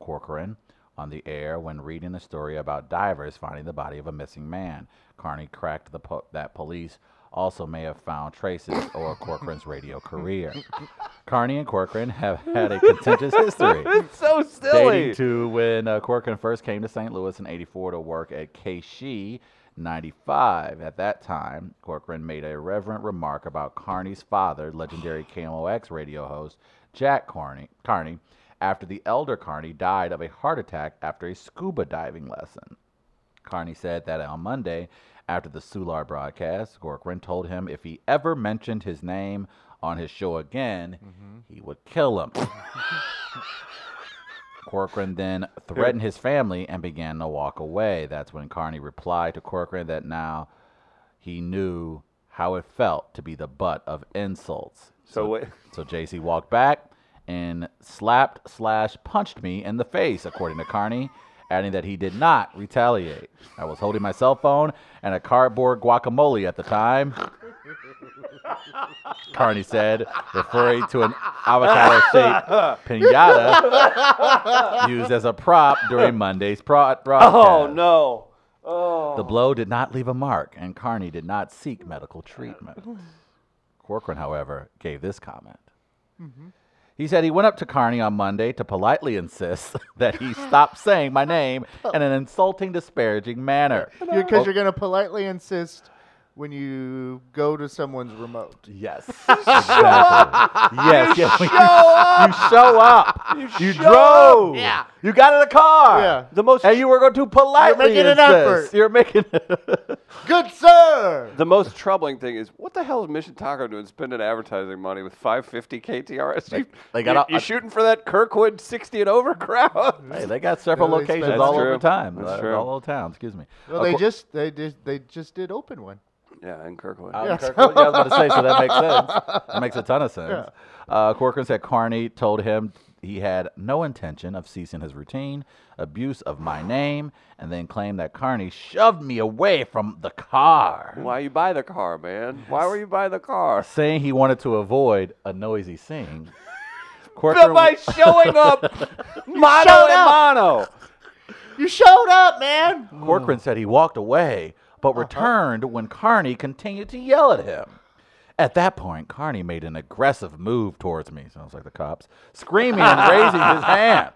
Speaker 2: Corcoran on the air when reading the story about divers finding the body of a missing man. Carney cracked the po- that police also may have found traces or Corcoran's radio career. Carney and Corcoran have had a contentious history.
Speaker 1: it's so
Speaker 2: Dating
Speaker 1: silly.
Speaker 2: to when uh, Corcoran first came to St. Louis in 84 to work at KSHE 95. At that time, Corcoran made a reverent remark about Carney's father, legendary KMOX radio host Jack Carney, Carney after the elder Carney died of a heart attack after a scuba diving lesson. Carney said that on Monday, after the Sular broadcast, Corcoran told him if he ever mentioned his name on his show again, he would kill him. Corcoran then threatened his family and began to walk away. That's when Carney replied to Corcoran that now he knew how it felt to be the butt of insults.
Speaker 1: So wait.
Speaker 2: *laughs* So JC walked back and slapped slash punched me in the face, according to Carney, adding that he did not retaliate. I was holding my cell phone and a cardboard guacamole at the time. Carney said, referring to an avocado shaped pinata used as a prop during Monday's pro- broadcast.
Speaker 1: Oh no. Oh.
Speaker 2: The blow did not leave a mark, and Carney did not seek medical treatment. Corcoran, however, gave this comment.
Speaker 3: Mm-hmm.
Speaker 2: He said he went up to Carney on Monday to politely insist *laughs* that he stop saying my name in an insulting, disparaging manner.
Speaker 3: Because you're going to politely insist when you go to someone's remote. *laughs*
Speaker 2: Yes. Exactly. Yes. You show up. You show up. You,
Speaker 1: show
Speaker 2: drove.
Speaker 1: up.
Speaker 3: Yeah.
Speaker 2: You got in the car.
Speaker 3: Yeah.
Speaker 1: The most
Speaker 2: And you were going to politely
Speaker 3: making an
Speaker 2: insist.
Speaker 3: effort.
Speaker 2: You're making *laughs*
Speaker 3: Good sir!
Speaker 1: The most troubling thing is what the hell is Mission Taco doing spending advertising money with 550 KTRS? You,
Speaker 2: they got a-
Speaker 1: you, you shooting for that Kirkwood 60 and over crowd?
Speaker 2: Hey, they got several
Speaker 3: Really
Speaker 2: locations
Speaker 3: expensive.
Speaker 2: all
Speaker 1: That's
Speaker 2: over
Speaker 1: true.
Speaker 2: time.
Speaker 1: That's
Speaker 2: uh,
Speaker 1: true.
Speaker 2: All over town, excuse me. Uh,
Speaker 3: Well,
Speaker 2: Of
Speaker 3: they
Speaker 2: cour-
Speaker 3: just they just they just did open one.
Speaker 1: Yeah, in Kirkwood.
Speaker 2: out in
Speaker 3: Yeah.
Speaker 2: Kirkwood. uh, Yeah, I was about to say, so
Speaker 3: *laughs*
Speaker 2: that makes sense. That makes a ton of sense. Uh, Corcoran said Carney told him he had no intention of ceasing his routine, abuse of my name, and then claimed that Carney shoved me away from the car,
Speaker 1: Why you buy the car, man? Why were you buying the car?
Speaker 2: saying he wanted to avoid a noisy
Speaker 3: *laughs*
Speaker 2: scene.
Speaker 1: But
Speaker 2: Corcoran,
Speaker 1: by showing
Speaker 2: *laughs*
Speaker 1: up, mono
Speaker 3: showed
Speaker 1: and
Speaker 3: up.
Speaker 1: mono.
Speaker 3: You showed up, man. Uh-huh.
Speaker 2: Corcoran said he walked away, but returned when Carney continued to yell at him. At that point, Carney made an aggressive move towards me, sounds like the cops, screaming and raising
Speaker 3: *laughs*
Speaker 2: his hand.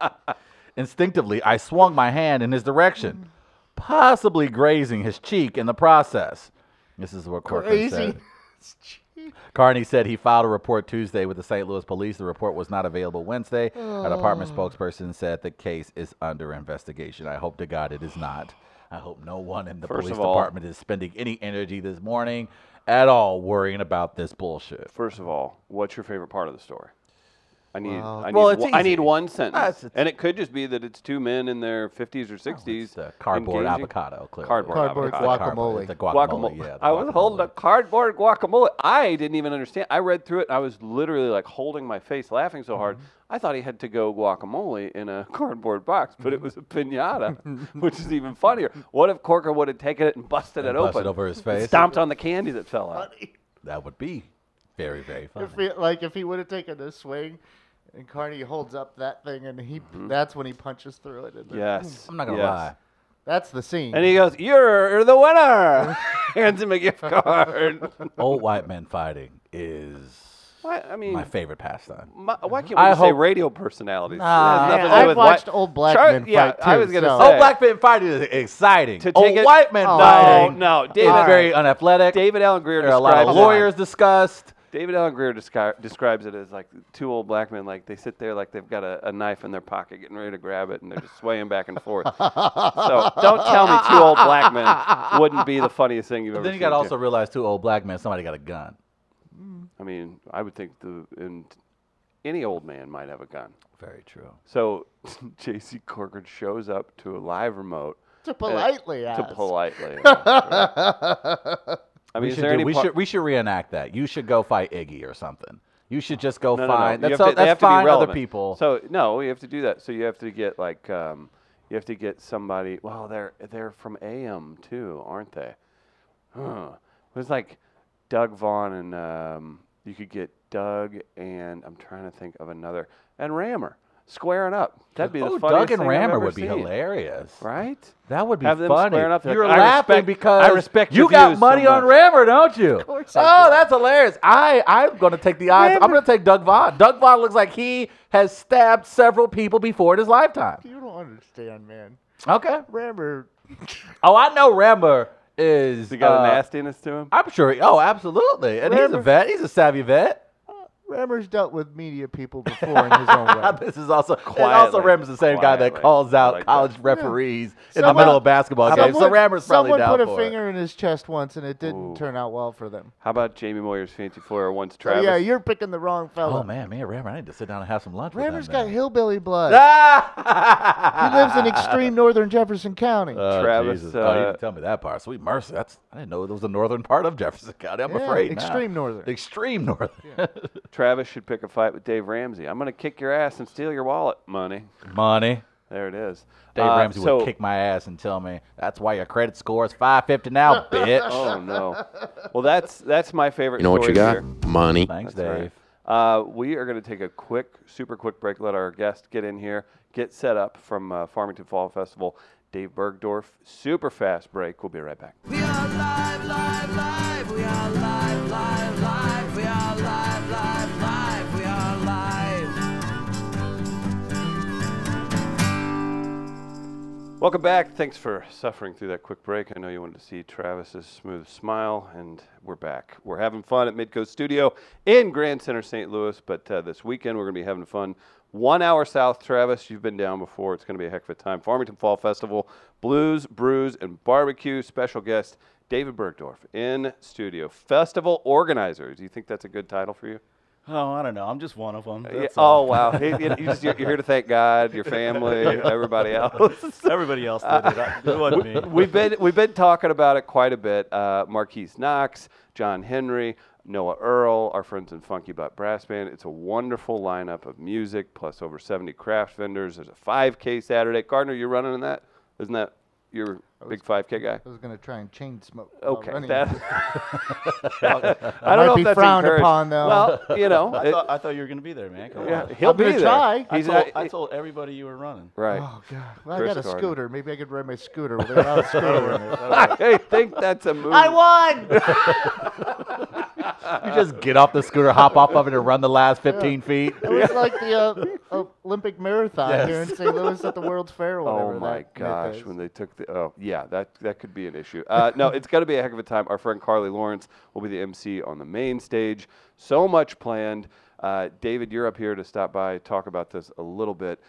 Speaker 2: Instinctively, I swung my hand in his direction,
Speaker 3: Mm.
Speaker 2: possibly grazing his cheek in the process. This is what Corcoran
Speaker 3: Crazy.
Speaker 2: said.
Speaker 3: Gee.
Speaker 2: Carney said he filed a report Tuesday with the St. Louis police. The report was not available Wednesday. A department spokesperson said the case is under investigation. I hope to God it is not. I hope no one in the
Speaker 1: First
Speaker 2: police
Speaker 1: of all-
Speaker 2: department is spending any energy this morning at all worrying about this bullshit.
Speaker 1: First of all, what's your favorite part of the story? I need, I, need
Speaker 2: Well, it's
Speaker 1: one, I need
Speaker 2: easy.
Speaker 1: one sentence.
Speaker 2: That's- it's- Oh,
Speaker 1: and it could just be that it's two men in their 50s or 60s.
Speaker 2: It's the cardboard
Speaker 1: engaging-
Speaker 2: avocado, clearly.
Speaker 1: Cardboard,
Speaker 3: Cardboard
Speaker 1: avocado.
Speaker 2: It's a
Speaker 3: Guacamole.
Speaker 2: It's a guacamole.
Speaker 1: guacamole.
Speaker 2: Yeah, the
Speaker 1: I was holding
Speaker 2: guacamole.
Speaker 1: a cardboard guacamole. I didn't even understand. I read through it. I was literally like holding my face, laughing so
Speaker 2: Mm-hmm.
Speaker 1: hard. I thought he had to go guacamole in a *laughs* cardboard box, but it was a
Speaker 2: *laughs*
Speaker 1: pinata, which is even funnier. What if Corker would have taken it and busted it open
Speaker 2: busted over his
Speaker 1: and
Speaker 2: face?
Speaker 1: stomped on the candy that fell out?
Speaker 2: That would be very, very funny.
Speaker 3: If he, like if he would have taken a swing, and Carney holds up that thing, and he
Speaker 2: Mm-hmm.
Speaker 3: that's when he punches through it. and then-
Speaker 1: Yes,
Speaker 2: I'm not gonna
Speaker 1: yes.
Speaker 2: lie.
Speaker 3: that's the scene.
Speaker 1: And he goes, "You're the winner." *laughs* Hands him a
Speaker 2: *laughs*
Speaker 1: gift card.
Speaker 2: Old white men fighting is
Speaker 1: Why, I mean,
Speaker 2: my favorite pastime.
Speaker 1: My, why can't we
Speaker 2: I
Speaker 1: just say
Speaker 2: hope-
Speaker 1: radio personalities?
Speaker 2: Nah.
Speaker 1: It has nothing
Speaker 3: Yeah,
Speaker 1: to do
Speaker 3: I've
Speaker 1: with
Speaker 3: watched
Speaker 1: white-
Speaker 3: old black men
Speaker 1: yeah,
Speaker 3: fight
Speaker 1: I
Speaker 3: too,
Speaker 1: was gonna
Speaker 3: so-
Speaker 1: say
Speaker 2: Oh, black men fighting is exciting.
Speaker 1: To
Speaker 2: oh,
Speaker 1: take it-
Speaker 2: white men
Speaker 1: No,
Speaker 2: fighting.
Speaker 1: no,
Speaker 2: is
Speaker 1: David-
Speaker 2: very unathletic.
Speaker 1: David Allen Greer
Speaker 2: there are a lot of
Speaker 1: describes it-
Speaker 2: lawyers discussed.
Speaker 1: David Allen Greer descri- describes it as like two old black men, like they sit there like they've got a, a knife in their pocket, getting ready to grab it, and they're just swaying back and forth. so *laughs* don't tell me two old black men wouldn't be the funniest thing you've ever
Speaker 2: Then you
Speaker 1: seen.
Speaker 2: got to
Speaker 1: too.
Speaker 2: also realize two old black men. Somebody got a gun.
Speaker 1: I mean, I would think the and any old man might have a gun.
Speaker 2: Very true.
Speaker 1: So *laughs* J.C. Corcoran shows up to a live remote
Speaker 3: to politely ask.
Speaker 1: to
Speaker 2: *laughs*
Speaker 1: politely. I mean,
Speaker 2: We,
Speaker 1: is
Speaker 2: should,
Speaker 1: there
Speaker 2: do-
Speaker 1: any
Speaker 2: we
Speaker 1: part-
Speaker 2: should we should reenact that. You should go fight Iggy or something. You should just go
Speaker 1: No, no, no.
Speaker 2: find.
Speaker 1: You
Speaker 2: That's,
Speaker 1: have
Speaker 2: all,
Speaker 1: to- they
Speaker 2: that's
Speaker 1: have to be
Speaker 2: fine. Other
Speaker 1: relevant.
Speaker 2: people.
Speaker 1: So no, you have to do that. So you have to get like um, you have to get somebody. Well, they're they're from AM too, aren't they? Huh. It was like Doug Vaughn and um, you could get Doug and I'm trying to think of another and Rammer squaring up. That'd be the
Speaker 2: oh,
Speaker 1: funniest
Speaker 2: Doug
Speaker 1: thing
Speaker 2: and
Speaker 1: I've
Speaker 2: Rammer
Speaker 1: ever
Speaker 2: would be
Speaker 1: seen,
Speaker 2: hilarious.
Speaker 1: right?
Speaker 2: That would be
Speaker 1: Have them
Speaker 2: funny.
Speaker 1: squaring up, they're
Speaker 2: You're
Speaker 1: like, "I
Speaker 2: laughing
Speaker 1: respect-
Speaker 2: because
Speaker 1: I respect
Speaker 2: you
Speaker 1: your
Speaker 2: got
Speaker 1: views
Speaker 2: money
Speaker 1: so
Speaker 2: on
Speaker 1: much."
Speaker 2: Rammer, don't you? Of
Speaker 3: course
Speaker 2: Oh,
Speaker 3: I do.
Speaker 2: that's hilarious. I I'm gonna take the odds. I'm
Speaker 1: Rammer-
Speaker 2: gonna take Doug Vaughn. Doug Vaughn looks like he has stabbed several people before in his lifetime.
Speaker 3: You don't understand, man.
Speaker 2: Okay.
Speaker 3: Rammer.
Speaker 2: Oh, I know Rammer is.
Speaker 1: He got
Speaker 2: uh,
Speaker 1: a nastiness to him.
Speaker 2: I'm sure. He, oh, absolutely. And he's a
Speaker 3: Rammer-
Speaker 2: vet. He's a savvy vet. *laughs*
Speaker 3: Rammer's dealt with media people before in
Speaker 2: *laughs*
Speaker 3: his own way.
Speaker 2: this is also and also
Speaker 1: Quietly.
Speaker 2: Rammer's the same guy that
Speaker 1: Quietly.
Speaker 2: calls
Speaker 1: I
Speaker 2: out
Speaker 1: like
Speaker 2: college
Speaker 1: that.
Speaker 2: referees in the
Speaker 3: Someone-
Speaker 2: middle of basketball games. So Rammer's probably
Speaker 3: someone
Speaker 2: down
Speaker 3: put a
Speaker 2: for it.
Speaker 3: finger in his chest once, and it didn't
Speaker 1: Ooh.
Speaker 3: turn out well for them.
Speaker 1: How about Jamie Moyer's Fancy Floor once
Speaker 3: So,
Speaker 1: Travis?
Speaker 3: Oh, yeah, you're picking the wrong fella.
Speaker 2: Oh man, me and Rammer, I need to sit down and have some lunch. with
Speaker 3: Rammer's
Speaker 2: that
Speaker 3: got
Speaker 2: man.
Speaker 3: hillbilly blood.
Speaker 1: *laughs*
Speaker 2: Ah! *laughs*
Speaker 3: he lives in extreme northern Jefferson County.
Speaker 2: Oh,
Speaker 1: Travis,
Speaker 2: Jesus. oh, you
Speaker 1: uh,
Speaker 2: didn't tell me that part. Sweet mercy. That's I didn't know it was the northern part of Jefferson County. I'm
Speaker 3: Yeah,
Speaker 2: afraid. now.
Speaker 3: extreme northern.
Speaker 2: Extreme northern.
Speaker 1: Travis should pick a fight with Dave Ramsey. I'm gonna kick your ass and steal your wallet money.
Speaker 2: *laughs* Money.
Speaker 1: There it is.
Speaker 2: Dave
Speaker 1: Uh,
Speaker 2: Ramsey
Speaker 1: so-
Speaker 2: would kick my ass and tell me that's why your credit score is 550
Speaker 3: *laughs*
Speaker 2: now, bitch.
Speaker 1: *laughs* Oh
Speaker 2: *laughs*
Speaker 1: no. Well, that's that's my favorite.
Speaker 4: You know what you
Speaker 1: story
Speaker 4: got?
Speaker 1: here.
Speaker 4: Money.
Speaker 2: Thanks,
Speaker 1: That's
Speaker 2: Dave.
Speaker 1: right. Uh, we are going to take a quick, super quick break. Let our guest get in here, get set up from uh, Farmington Fall Festival. Dave Bergdorf, super fast break. We'll be right back.
Speaker 5: We are live, live, live. We are live, live, live. We are live, live, live. We are live.
Speaker 1: Welcome back. Thanks for suffering through that quick break. I know you wanted to see Travis's smooth smile, and we're back. We're having fun at Midco Studio in Grand Center, St. Louis. But uh, this weekend, we're going to be having fun. One hour south, Travis. You've been down before. It's going to be a heck of a time. Farmington Fall Festival, blues, brews, and barbecue. Special guest David Bergdorf in studio. Festival organizer. Do you think that's a good title for you?
Speaker 6: Oh, I don't know. I'm just one of them.
Speaker 1: Yeah, oh wow! He- he- you just- you're you're here to thank God, your family, everybody else.
Speaker 6: Everybody else did it. I- It
Speaker 1: *laughs*
Speaker 6: wasn't me.
Speaker 1: we've been we've been talking about it quite a bit. Uh, Marquise Knox, John Henry, Noah Earl, our friends in Funky Butt Brass Band. It's a wonderful lineup of music, plus over 70 craft vendors. There's a 5K Saturday. Gardner, you're running in that? Isn't that your big 5K guy?
Speaker 3: I was going to try and chain smoke. Oh, while
Speaker 1: Okay,
Speaker 3: running.
Speaker 1: that,
Speaker 3: *laughs* Might
Speaker 1: I don't know
Speaker 3: be
Speaker 1: if that's
Speaker 3: frowned
Speaker 1: encouraged.
Speaker 3: upon, though.
Speaker 1: Well, you
Speaker 3: *laughs*
Speaker 1: know,
Speaker 6: I
Speaker 1: it-
Speaker 6: thought, I thought you were going to be there, man. Come
Speaker 1: yeah,
Speaker 6: on.
Speaker 1: he'll
Speaker 3: I'm
Speaker 1: be
Speaker 3: gonna
Speaker 1: there.
Speaker 3: try.
Speaker 6: I
Speaker 1: He's
Speaker 6: told,
Speaker 1: uh,
Speaker 6: I told everybody you were running.
Speaker 1: *laughs* right.
Speaker 3: *laughs* Oh God! Well, I
Speaker 1: Chris
Speaker 3: got a
Speaker 1: Gardner.
Speaker 3: scooter. Maybe I could ride my scooter
Speaker 1: *laughs*
Speaker 3: without a scooter in it.
Speaker 1: I think that's a move.
Speaker 3: I won.
Speaker 2: You just get off the scooter, hop off of it, and run the last 15
Speaker 3: *laughs*
Speaker 2: feet.
Speaker 3: It was like the
Speaker 1: *laughs*
Speaker 3: uh, Olympic marathon here in
Speaker 2: Yes.
Speaker 3: St. Louis at the World's Fair. or
Speaker 1: Oh
Speaker 3: whatever
Speaker 1: my
Speaker 3: that myth
Speaker 1: gosh,
Speaker 3: is.
Speaker 1: when they took the oh yeah, that that could be an issue. Uh, no, it's got to be a heck of a time. Our friend Carly Lawrence will be the MC on the main stage. So much planned. Uh, David, you're up here to stop by, talk about this a little bit.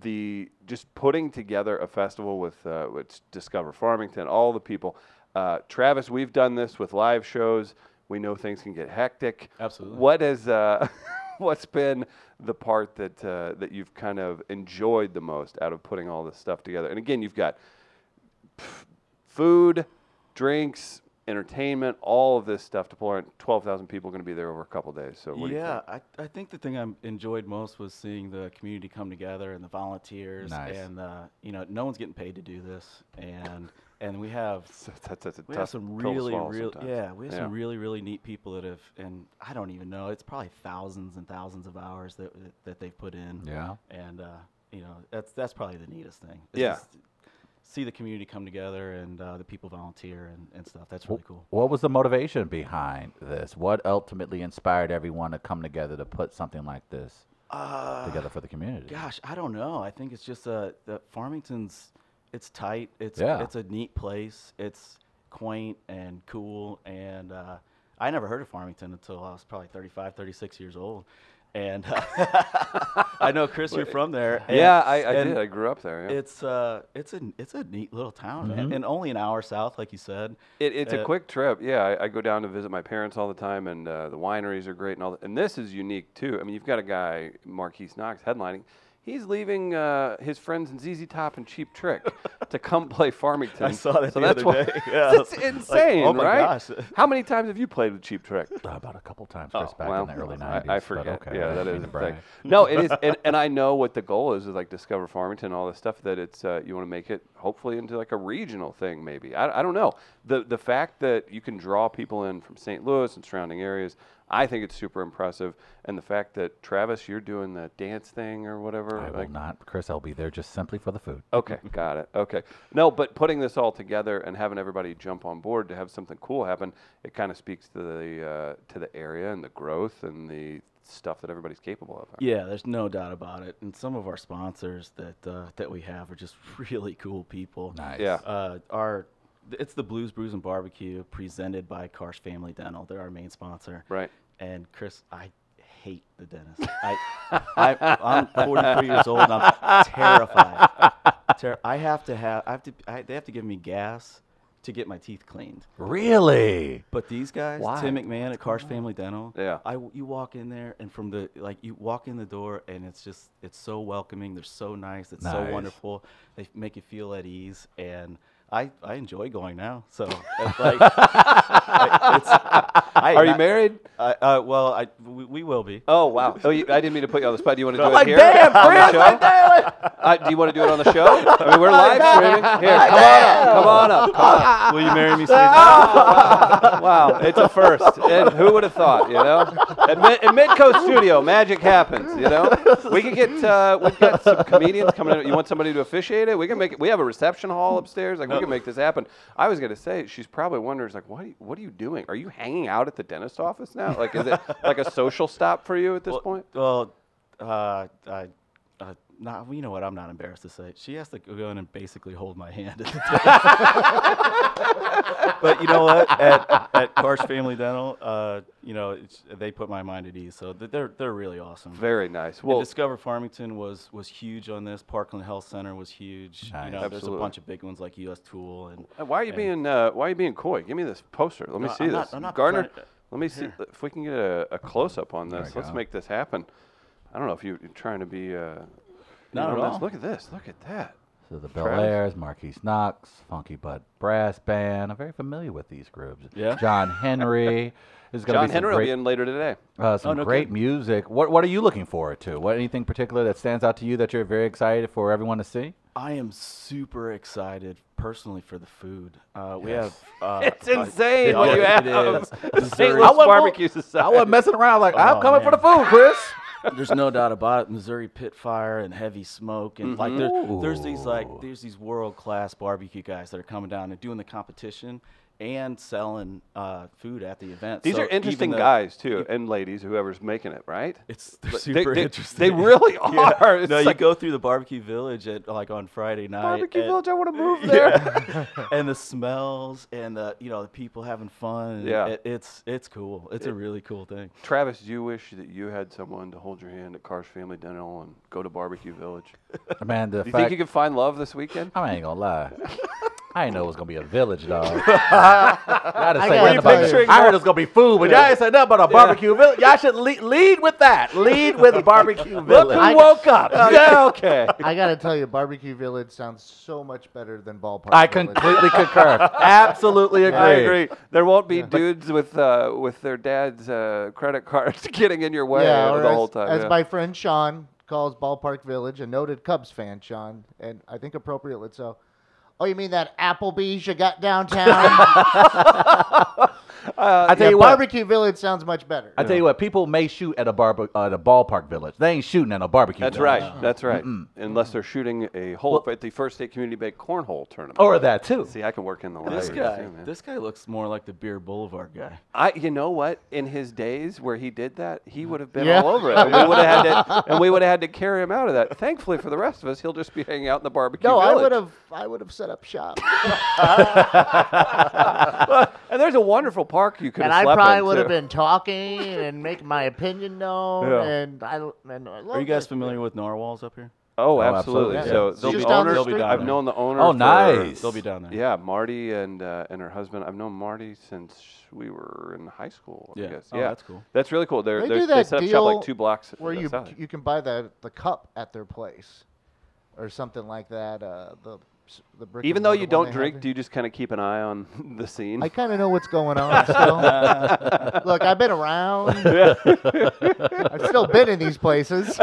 Speaker 1: The just putting together a festival with uh, with Discover Farmington, all the people. Uh, Travis, we've done this with live shows. We know things can get hectic.
Speaker 6: Absolutely.
Speaker 1: What is uh, *laughs* what's been the part that uh, that you've kind of enjoyed the most out of putting all this stuff together? And again, you've got pff, food, drinks, entertainment, all of this stuff to pull in. Twelve thousand people are going to be there over a couple days. So what do you
Speaker 6: yeah,
Speaker 1: think? *laughs*
Speaker 6: I, I think the thing I enjoyed most was seeing the community come together and the volunteers.
Speaker 2: Nice.
Speaker 6: And, uh, you know, no one's getting paid to do this. And and we have
Speaker 1: So that's, that's a
Speaker 6: we
Speaker 1: tough
Speaker 6: have some
Speaker 1: pill to
Speaker 6: really,
Speaker 1: swallow
Speaker 6: really,
Speaker 1: sometimes.
Speaker 6: yeah, we have some really, really neat people that have, and I don't even know, it's probably thousands and thousands of hours that that they've put in.
Speaker 2: Yeah.
Speaker 6: And uh, you know, that's that's probably the neatest thing. is
Speaker 1: Yeah.
Speaker 6: just See the community come together and uh, the people volunteer and, and stuff. That's really cool.
Speaker 2: What was the motivation behind this? What ultimately inspired everyone to come together to put something like this
Speaker 6: Uh,
Speaker 2: together for the community?
Speaker 6: Gosh, I don't know. I think it's just uh, the Farmington's. It's tight. It's
Speaker 2: Yeah.
Speaker 6: it's a neat place. It's quaint and cool. And uh, I never heard of Farmington until I was probably 35, 36 years old. And *laughs* uh, I know Chris, you're from there.
Speaker 1: *laughs*
Speaker 6: and-
Speaker 1: yeah, I, I
Speaker 6: and
Speaker 1: did. I grew up there. Yeah.
Speaker 6: It's uh, it's a it's a neat little town, man. and only an hour south, like you said.
Speaker 1: It, it's a
Speaker 6: Uh,
Speaker 1: quick trip. Yeah, I, I go down to visit my parents all the time, and uh, the wineries are great and all. That. And this is unique too. I mean, you've got a guy Marquise Knox headlining. He's leaving uh, his friends in ZZ Top and Cheap
Speaker 6: *laughs*
Speaker 1: Trick to come play Farmington.
Speaker 6: I saw that
Speaker 1: so
Speaker 6: the
Speaker 1: that's
Speaker 6: other
Speaker 1: why- *laughs*
Speaker 6: day. *laughs* Yeah,
Speaker 1: that's
Speaker 6: I was like,
Speaker 1: insane,
Speaker 6: oh my
Speaker 1: right?
Speaker 6: gosh.
Speaker 1: How many times have you played with Cheap Trick?
Speaker 2: Uh, About a couple times, Chris, back in the early
Speaker 1: Oh, *laughs* I-
Speaker 2: 90s.
Speaker 1: I,
Speaker 2: but
Speaker 1: forget.
Speaker 2: okay, I
Speaker 1: yeah, that
Speaker 2: didn't
Speaker 1: is the
Speaker 2: mean to
Speaker 1: thing.
Speaker 2: brag. *laughs*
Speaker 1: No, it is, and, and I know what the goal is is like discover Farmington, all this stuff. That it's uh, you want to make it hopefully into like a regional thing, maybe. I, I don't know. The the fact that you can draw people in from St. Louis and surrounding areas, I think it's super impressive. And the fact that Travis, you're doing the dance thing or whatever,
Speaker 2: I will
Speaker 1: like,
Speaker 2: not, Chris. I'll be there just simply for the food.
Speaker 1: Okay, got it. Okay. No, but putting this all together and having everybody jump on board to have something cool happen, it kind of speaks to the uh, to the area and the growth and the stuff that everybody's capable of.
Speaker 6: Yeah, there's no doubt about it. And some of our sponsors that uh, that we have are just *laughs* really cool people.
Speaker 2: Nice.
Speaker 1: Yeah.
Speaker 6: Uh, our it's the Blues Brews and Barbecue presented by Karsh Family Dental. They're our main sponsor.
Speaker 1: Right.
Speaker 6: And Chris, I hate the dentist.
Speaker 1: *laughs*
Speaker 6: I, I I'm 43 years old and
Speaker 1: *laughs*
Speaker 6: I'm terrified. Ter- I have to have I have to I, they have to give me gas to get my teeth cleaned.
Speaker 2: Really?
Speaker 6: But these guys,
Speaker 1: Why?
Speaker 6: Tim McMahon at Karsh Family Dental.
Speaker 1: Yeah.
Speaker 6: I you walk in there and from the like you walk in the door and it's just it's so welcoming. They're so nice. It's
Speaker 2: Nice.
Speaker 6: so wonderful. They f- make you feel at ease and. I, I enjoy going now, so it's like, I- it's- I-
Speaker 1: Are you
Speaker 6: I-
Speaker 1: married?
Speaker 6: I, uh, well, I we, we will be.
Speaker 1: Oh wow! Oh, you, I didn't mean to put you on the spot. Do you want to do it
Speaker 2: like,
Speaker 1: here
Speaker 2: "Damn,
Speaker 1: on the
Speaker 2: Chris,
Speaker 1: show? Uh, do you want to do it on the show? *laughs* I mean, we're live streaming. Here, come on up. Come on up. Come on. up.
Speaker 6: Will you marry *laughs* me?
Speaker 1: *laughs* Wow, it's a first. And who would have thought? You know, at, Mid- at Midcoast Studio, magic happens. You know, we could get uh, we've got some comedians coming in. You want somebody to officiate it? We can make it. We have a reception hall upstairs. Like we can make this happen. I was gonna say she's probably wonders like, what are you, what are you doing? Are you hanging out at the dentist office now? Like, is it like a social stop for you at this point?
Speaker 6: Well, uh, I, uh, not well, you know what? I'm not embarrassed to say. She has to go in and basically hold my hand. At the time. *laughs* but you know what? At, at Karsh Family Dental, uh, you know, it's, they put my mind at ease. So th- they're they're really awesome.
Speaker 1: Very nice.
Speaker 6: And
Speaker 1: Well,
Speaker 6: Discover Farmington was was huge on this. Parkland Health Center was huge.
Speaker 2: Nice.
Speaker 6: You know, there's
Speaker 1: Absolutely.
Speaker 6: a bunch of big ones like U.S. Tool and
Speaker 1: why are you
Speaker 6: and-
Speaker 1: being uh, why are you being coy? Give me this poster. Let me
Speaker 6: No,
Speaker 1: see
Speaker 6: I'm not-
Speaker 1: this.
Speaker 6: I'm not
Speaker 1: Garner,
Speaker 6: trying to-
Speaker 1: let me see if we can get a, a close up on this.
Speaker 2: we
Speaker 1: Let's
Speaker 2: go.
Speaker 1: make this happen. I don't know if you, you're trying to be. Uh, you
Speaker 6: Not
Speaker 1: know,
Speaker 6: at
Speaker 1: this-
Speaker 6: all.
Speaker 1: Look at this. Look at that.
Speaker 2: So the
Speaker 1: Travis?
Speaker 2: Bel Airs, Marquise Knox, Funky Bud Brass Band. I'm very familiar with these groups.
Speaker 6: Yeah.
Speaker 2: John
Speaker 1: *laughs*
Speaker 2: Henry. There's gonna
Speaker 1: John
Speaker 2: be some
Speaker 1: Henry will
Speaker 2: great,
Speaker 1: be in Oh, later today.
Speaker 2: uh, some
Speaker 6: no
Speaker 2: great
Speaker 6: kidding.
Speaker 2: music. What What are you looking forward to? What anything particular that stands out to you that you're very excited for everyone
Speaker 1: *laughs*
Speaker 2: to see?
Speaker 6: I am super excited personally for the food. Uh, we
Speaker 2: Yes.
Speaker 6: have. Uh,
Speaker 1: *laughs* It's insane
Speaker 6: yeah,
Speaker 1: what you
Speaker 6: it
Speaker 1: have. *laughs*
Speaker 6: is.
Speaker 1: The St.
Speaker 6: Missouri-
Speaker 1: Louis
Speaker 2: I wasn't-
Speaker 1: Barbecue Society.
Speaker 2: I wasn't messing around. Like I'm
Speaker 6: Oh,
Speaker 2: coming for the
Speaker 6: man.
Speaker 2: food, Chris.
Speaker 6: there's no doubt about it. Missouri pit fire and heavy smoke and like
Speaker 1: Mm-hmm.
Speaker 6: there, there's these like
Speaker 2: Ooh.
Speaker 6: there's these world class barbecue guys that are coming down and doing the competition. and selling uh, food at the event.
Speaker 1: These
Speaker 6: So
Speaker 1: are interesting
Speaker 6: even though
Speaker 1: guys too, and ladies, whoever's making it, right?
Speaker 6: It's they're
Speaker 1: But they-
Speaker 6: super
Speaker 1: they-
Speaker 6: interesting.
Speaker 1: they really
Speaker 6: *laughs* Yeah.
Speaker 1: are. It's
Speaker 6: No, you
Speaker 1: like-
Speaker 6: go through the barbecue village at like on Friday night.
Speaker 1: Barbecue
Speaker 6: and- *laughs*
Speaker 1: Village, *laughs* I want to *laughs* move there.
Speaker 6: and the smells and the you know the people having fun.
Speaker 1: Yeah.
Speaker 6: It- it's it's cool. It's a really cool thing.
Speaker 1: Travis, do you wish that you had someone to hold your hand at Cars Family Dental and go to Barbecue Village? Do
Speaker 2: Man, the
Speaker 1: you
Speaker 2: fact
Speaker 1: think you could find love this weekend?
Speaker 2: I ain't gonna lie. I ain't know it was gonna be a village, dog. *laughs* I, had to say
Speaker 3: gotta
Speaker 2: nothing
Speaker 3: tell
Speaker 2: about
Speaker 3: you.
Speaker 2: it. I heard it was gonna be food, but y'all ain't said nothing about a barbecue village. Y'all should lead, lead with that. Lead
Speaker 1: *laughs*
Speaker 2: with barbecue village.
Speaker 3: I-
Speaker 2: woke
Speaker 3: *laughs*
Speaker 2: up? yeah, okay.
Speaker 3: I gotta tell you, Barbecue Village sounds so much better than Ballpark.
Speaker 2: I
Speaker 3: Village.
Speaker 1: *laughs*
Speaker 2: completely concur. Absolutely agree.
Speaker 1: I agree. There won't be dudes with uh, with their dad's uh, credit cards *laughs* getting in your way
Speaker 3: Yeah, or
Speaker 1: the
Speaker 3: as,
Speaker 1: whole time.
Speaker 3: as
Speaker 1: yeah.
Speaker 3: my friend Sean calls Ballpark Village, a noted Cubs fan, Sean, and I think appropriately so. Oh, you mean that Applebee's you
Speaker 1: *laughs*
Speaker 3: got downtown?
Speaker 2: I tell
Speaker 3: yeah,
Speaker 2: you what.
Speaker 3: Barbecue Village sounds much better.
Speaker 2: I tell you what. People may shoot at a barbe- uh, at a ballpark village. They ain't shooting at a barbecue.
Speaker 1: That's
Speaker 2: village.
Speaker 1: right. That's right. Unless they're shooting a hole at the First State Community Bank cornhole tournament.
Speaker 2: Or that too.
Speaker 1: See, I can work in the
Speaker 6: This
Speaker 1: library.
Speaker 6: guy,
Speaker 1: too, man.
Speaker 6: this guy looks more like the Beer Boulevard guy.
Speaker 1: I, you know what? In his days where he did that, he would have been
Speaker 3: Yeah.
Speaker 1: all over it. And we would have had
Speaker 3: *laughs*
Speaker 1: to, and we would have had to carry him out of that. Thankfully for the rest of us, he'll just be hanging out in the barbecue.
Speaker 3: no, I
Speaker 1: Village.
Speaker 3: would have, I would have set up shop,
Speaker 1: *laughs* And there's a wonderful park you could.
Speaker 3: and
Speaker 1: have
Speaker 3: I
Speaker 1: slept
Speaker 3: probably
Speaker 1: in,
Speaker 3: would have
Speaker 1: too.
Speaker 3: been talking and making my opinion known.
Speaker 1: Yeah.
Speaker 3: And I, and I love
Speaker 6: Are you guys
Speaker 3: this.
Speaker 6: familiar with narwhals up here?
Speaker 1: Oh, absolutely.
Speaker 2: absolutely.
Speaker 1: So
Speaker 2: Yeah.
Speaker 1: they'll
Speaker 3: Just
Speaker 1: be
Speaker 3: down the
Speaker 1: owners-
Speaker 3: street. They'll be down
Speaker 1: I've
Speaker 6: there.
Speaker 1: known the owner.
Speaker 2: Oh,
Speaker 1: for-
Speaker 2: nice.
Speaker 6: They'll be down there.
Speaker 1: Yeah, Marty and uh, and her husband. I've known Marty since we were in high school. I
Speaker 6: Yeah.
Speaker 1: guess.
Speaker 6: Oh,
Speaker 1: yeah,
Speaker 6: that's cool.
Speaker 1: That's really cool. They're,
Speaker 3: They
Speaker 1: they're,
Speaker 3: do that
Speaker 1: set up shop like
Speaker 3: deal
Speaker 1: two blocks
Speaker 3: where you
Speaker 1: south.
Speaker 3: you can buy the the cup at their place, or something like that. Uh, the the brick.
Speaker 1: Even
Speaker 3: and
Speaker 1: though
Speaker 3: mortar
Speaker 1: you
Speaker 3: one
Speaker 1: don't
Speaker 3: they
Speaker 1: drink,
Speaker 3: have
Speaker 1: do you just kind of keep an eye on *laughs* the scene?
Speaker 3: I kind of know what's going on. Still. Look, I've been around. I've still been in these places.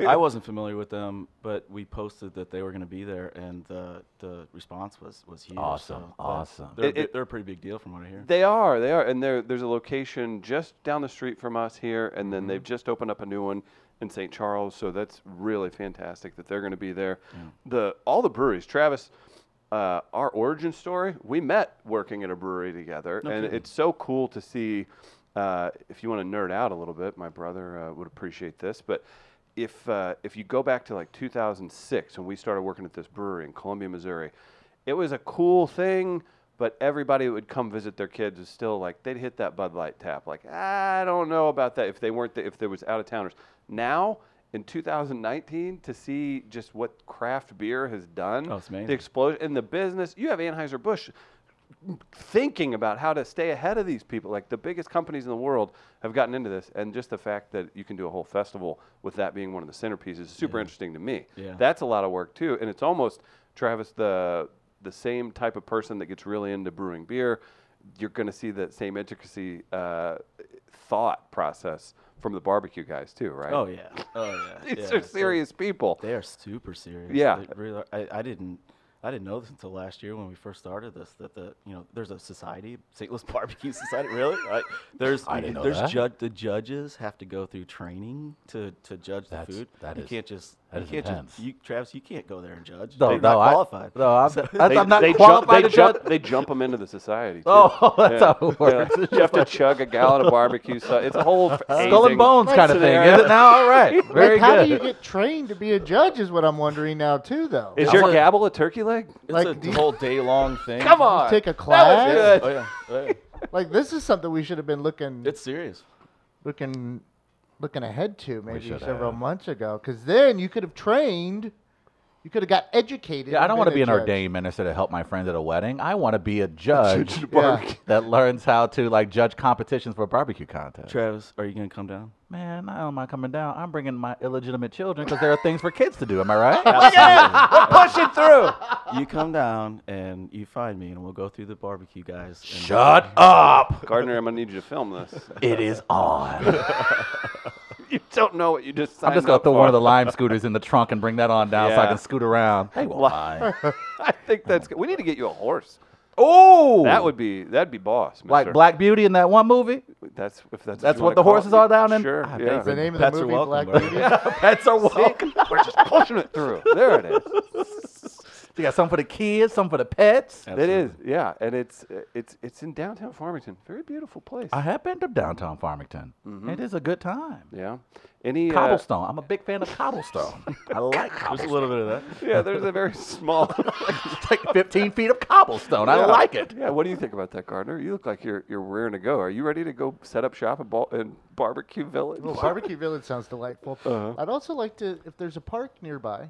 Speaker 6: I wasn't familiar with them, but we posted that they were going to be there, and the the response was was huge.
Speaker 2: Awesome,
Speaker 6: so, uh,
Speaker 2: awesome.
Speaker 6: They're, a
Speaker 1: It-
Speaker 6: bi-
Speaker 1: it-
Speaker 6: they're a pretty big deal from what I hear.
Speaker 1: They are. They are. And there, there's a location just down the street from us here, and then they've just opened up a new one in St. Charles. So that's really fantastic that they're going to be there. The all the breweries, Travis. Uh, our origin story. We met working at a brewery together, and it's so cool to see. Uh, if you want to nerd out a little bit, my brother uh, would appreciate this. But if uh, if you go back to like 2006 when we started working at this brewery in Columbia, Missouri, it was a cool thing. But everybody that would come visit their kids was still like they'd hit that Bud Light tap. Like I don't know about that if they weren't the, if there was out of towners. Now in 2019, to see just what craft beer has done,
Speaker 6: Oh, it's amazing.
Speaker 1: the explosion in the business. You have Anheuser Busch thinking about how to stay ahead of these people. Like the biggest companies in the world have gotten into this, and just the fact that you can do a whole festival with that being one of the centerpieces is super interesting to me.
Speaker 6: Yeah.
Speaker 1: That's a lot of work too, and it's almost Travis the the same type of person that gets really into brewing beer. You're going to see that same intricacy uh, thought process from the barbecue guys too, right?
Speaker 6: Oh yeah, oh
Speaker 1: *laughs*
Speaker 6: yeah.
Speaker 1: these
Speaker 6: yeah.
Speaker 1: are serious people.
Speaker 6: They are super serious.
Speaker 1: Yeah.
Speaker 6: They really are. I, I didn't. I didn't know this until last year when we first started this. That the you know there's a society, St. Louis *laughs* Barbecue Society. Really? I, there's
Speaker 2: I didn't know
Speaker 6: there's
Speaker 2: that.
Speaker 6: judge the judges have to go through training to, to judge the
Speaker 2: That's-
Speaker 6: food.
Speaker 2: that
Speaker 6: you
Speaker 2: is-
Speaker 6: can't just
Speaker 2: that
Speaker 6: you
Speaker 2: is
Speaker 6: can't
Speaker 2: intense.
Speaker 6: just you Travis you can't go there and judge.
Speaker 2: No,
Speaker 6: They're
Speaker 2: no,
Speaker 6: not
Speaker 2: I-
Speaker 6: qualified.
Speaker 2: no,
Speaker 1: *laughs*
Speaker 2: I'm, that's, I'm not
Speaker 1: they jump,
Speaker 2: qualified to
Speaker 1: they jump,
Speaker 2: judge.
Speaker 1: They jump them into the society. Too.
Speaker 2: Oh, *laughs* that's
Speaker 1: Yeah.
Speaker 2: how it works.
Speaker 1: Yeah. you have to chug a gallon
Speaker 2: *laughs*
Speaker 1: of barbecue sauce. It's a whole
Speaker 2: Skull and bones kind of thing, is it now? All right, very
Speaker 3: *laughs* like, how do you
Speaker 2: good.
Speaker 3: get trained to be a judge? Is what I'm wondering now too, though.
Speaker 1: Is
Speaker 6: I
Speaker 1: your
Speaker 6: wanna-
Speaker 1: gabble a turkey leg?
Speaker 6: It's
Speaker 3: Like, do
Speaker 6: a
Speaker 3: you-
Speaker 6: whole day long thing.
Speaker 1: Come on,
Speaker 3: Take a
Speaker 1: That was
Speaker 3: class.
Speaker 1: good.
Speaker 6: Oh yeah. oh, yeah.
Speaker 3: Like this is something we should have been looking
Speaker 6: It's serious.
Speaker 3: looking looking ahead to maybe
Speaker 2: should
Speaker 3: several
Speaker 2: have.
Speaker 3: months ago, because then you could have trained. You could have got educated.
Speaker 2: Yeah, I
Speaker 3: and
Speaker 2: don't want to
Speaker 3: a
Speaker 2: be an
Speaker 3: judge.
Speaker 2: ordained minister to help my friends at a wedding. I want to be
Speaker 1: *laughs*
Speaker 2: a judge
Speaker 3: Yeah.
Speaker 2: *laughs* that learns how to like judge competitions for barbecue contests.
Speaker 6: Travis, are you gonna come down?
Speaker 2: Man, I don't mind coming down. I'm bringing my illegitimate children because there are things for kids to do. Am I
Speaker 1: *laughs*
Speaker 2: right?
Speaker 1: Push it through.
Speaker 6: you come down and you find me, and we'll go through the barbecue guys. and-
Speaker 2: Shut up!
Speaker 1: Gardner, I'm gonna need you to film this.
Speaker 2: It is on.
Speaker 1: *laughs* You don't know what you just signed
Speaker 2: I'm just gonna
Speaker 1: up
Speaker 2: throw
Speaker 1: for.
Speaker 2: one of the lime scooters in the trunk and bring that on down so I
Speaker 1: Yeah.
Speaker 2: can scoot around. Hey,
Speaker 1: Li- *laughs* I think that's. good. We need to get you a horse.
Speaker 2: Oh,
Speaker 1: That would be that'd be boss.
Speaker 2: like
Speaker 1: mister.
Speaker 2: Black Beauty in that one movie.
Speaker 1: That's if that's.
Speaker 2: That's
Speaker 1: you
Speaker 2: what
Speaker 1: wanna
Speaker 2: the
Speaker 1: call
Speaker 2: horses
Speaker 1: it.
Speaker 2: are down in-
Speaker 1: Sure.
Speaker 2: Ah,
Speaker 1: yeah. *laughs*
Speaker 3: The name of
Speaker 6: Pets
Speaker 3: the
Speaker 6: are
Speaker 3: movie
Speaker 6: welcome,
Speaker 3: Black
Speaker 6: bro.
Speaker 2: *laughs*
Speaker 3: Beauty.
Speaker 2: Pets are welcome. *laughs*
Speaker 1: We're just pushing it through. There it is.
Speaker 2: They got some for the kids, some for the pets.
Speaker 1: It is, yeah, and it's it's it's in downtown Farmington. Very beautiful place.
Speaker 2: I have been to downtown Farmington.
Speaker 1: Mm-hmm.
Speaker 2: It is a good time.
Speaker 1: yeah. Any uh,
Speaker 2: Cobblestone. I'm a big fan of
Speaker 1: *laughs*
Speaker 2: cobblestone. I *laughs* like
Speaker 6: There's a
Speaker 2: cobblestone.
Speaker 6: little bit of that.
Speaker 1: yeah, there's a very small. *laughs*
Speaker 2: It's like 15 feet of cobblestone. I
Speaker 1: Yeah.
Speaker 2: like it.
Speaker 1: Yeah, what do you think about that, Gardner? You look like you're you're raring to go. Are you ready to go set up shop in, Bal- in Barbecue Village? *laughs*
Speaker 3: Well, Barbecue Village sounds delightful.
Speaker 1: Uh-huh.
Speaker 3: I'd also like to, if there's a park nearby,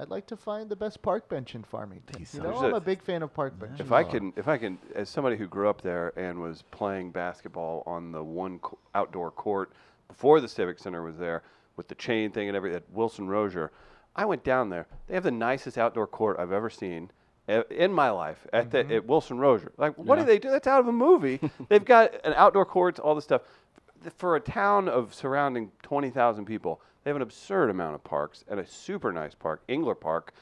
Speaker 3: I'd like to find the best park bench in Farmington.
Speaker 2: These
Speaker 3: You
Speaker 2: sounds-
Speaker 3: know,
Speaker 1: There's
Speaker 3: I'm
Speaker 1: a-
Speaker 3: a big fan of park benches.
Speaker 1: If I can, if I can, as somebody who grew up there and was playing basketball on the one co- outdoor court before the Civic Center was there, with the chain thing and everything at Wilson Rozier, I went down there. They have the nicest outdoor court I've ever seen e- in my life at the at Wilson Rozier. Like, what do they do? That's out of a movie. They've got an outdoor courts, all this stuff. Th- For a town of surrounding twenty thousand people, they have an absurd amount of parks and a super nice park, Engler Park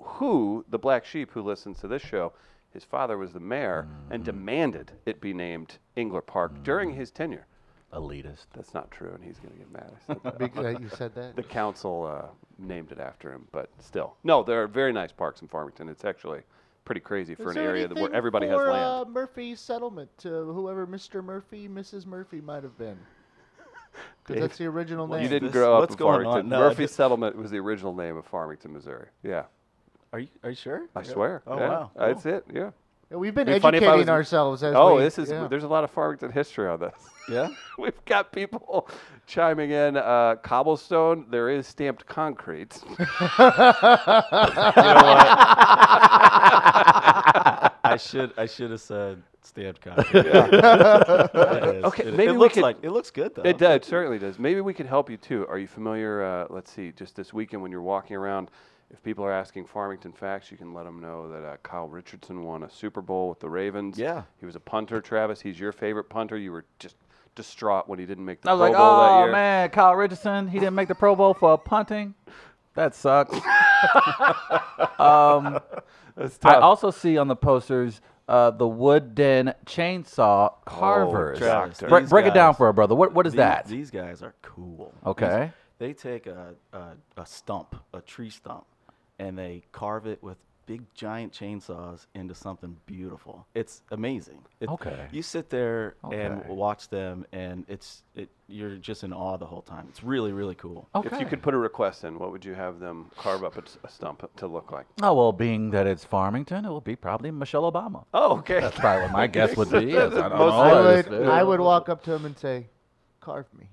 Speaker 1: who the black sheep who listens to this show his father was the mayor
Speaker 6: Mm.
Speaker 1: and demanded it be named Engler Park during his tenure.
Speaker 2: Elitist.
Speaker 1: That's not true, and he's going to get mad. I
Speaker 6: *laughs*
Speaker 1: said that.
Speaker 3: Big that you
Speaker 1: *laughs*
Speaker 3: said that.
Speaker 1: the council uh, named it after him, but still, no, there are very nice parks in Farmington. It's actually pretty crazy for an
Speaker 3: Is there
Speaker 1: area that where
Speaker 3: anything
Speaker 1: everybody
Speaker 3: for,
Speaker 1: has land.
Speaker 3: Uh, Murphy's settlement to whoever Mr. Murphy, Mrs. Murphy might
Speaker 1: *laughs*
Speaker 3: have been.
Speaker 1: Dave,
Speaker 3: Because that's the original
Speaker 1: you
Speaker 3: name.
Speaker 1: didn't
Speaker 6: this-
Speaker 1: grow up
Speaker 6: what's
Speaker 1: in
Speaker 6: going on?
Speaker 1: Farmington.
Speaker 6: No, I
Speaker 1: Murphy
Speaker 6: just-
Speaker 1: Settlement was the original name of Farmington, Missouri. Yeah,
Speaker 6: Are you are you sure?
Speaker 1: I
Speaker 6: Yeah.
Speaker 1: swear.
Speaker 6: Oh
Speaker 1: yeah,
Speaker 6: wow.
Speaker 1: that's it. Yeah.
Speaker 3: Yeah, We've been
Speaker 1: It'd be funny if I
Speaker 3: educating
Speaker 1: was-
Speaker 3: ourselves as
Speaker 1: oh,
Speaker 3: we-
Speaker 1: this is
Speaker 3: yeah.
Speaker 1: there's a lot of Farmington history on this.
Speaker 6: Yeah.
Speaker 1: *laughs* We've got people chiming in. Uh, cobblestone, there is stamped
Speaker 2: *laughs*
Speaker 1: concrete.
Speaker 6: I should I should have said stamped copy. It is.
Speaker 1: Okay,
Speaker 6: It-
Speaker 1: maybe
Speaker 6: it
Speaker 1: we
Speaker 6: looks
Speaker 1: could-
Speaker 6: like it looks good though.
Speaker 1: it, does, it certainly does. Maybe we could help you too. Are you familiar? Uh, let's see, just this weekend when you're walking around, if people are asking Farmington facts, you can let them know that uh, Kyle Richardson won a Super Bowl with the Ravens.
Speaker 6: Yeah.
Speaker 1: He was a punter, Travis. He's your favorite punter. You were just distraught when he didn't make the
Speaker 2: I was
Speaker 1: Pro
Speaker 2: like,
Speaker 1: Bowl that
Speaker 2: oh
Speaker 1: year.
Speaker 2: man, Kyle Richardson, he didn't make the Pro Bowl for punting.
Speaker 1: *laughs*
Speaker 2: That sucks. um,
Speaker 1: That's tough.
Speaker 2: I also see on the posters uh, the wooden
Speaker 1: Oh,
Speaker 2: chainsaw carvers.
Speaker 6: Travis,
Speaker 2: Bre-
Speaker 6: these
Speaker 2: break it down
Speaker 6: guys-
Speaker 2: for a brother. What what is
Speaker 6: These-
Speaker 2: that?
Speaker 6: These guys are cool.
Speaker 2: Okay.
Speaker 6: These- they take a, a a stump, a tree stump, and they carve it with big giant chainsaws into something beautiful. It's amazing. It-
Speaker 2: Okay.
Speaker 6: You sit there and
Speaker 2: Okay.
Speaker 6: watch them, and it's it. You're just in awe the whole time. It's really really cool.
Speaker 2: okay.
Speaker 1: If you could put a request in, what would you have them carve up a, a stump to look like?
Speaker 2: Oh well, being that it's Farmington, it will be probably Michelle Obama.
Speaker 1: Oh, okay.
Speaker 2: That's probably
Speaker 1: *laughs*
Speaker 2: what my guess would be. Yes, I don't know.
Speaker 3: I
Speaker 2: This
Speaker 3: would,
Speaker 2: dude.
Speaker 3: I would walk up to him and say, carve
Speaker 1: *laughs*
Speaker 3: me.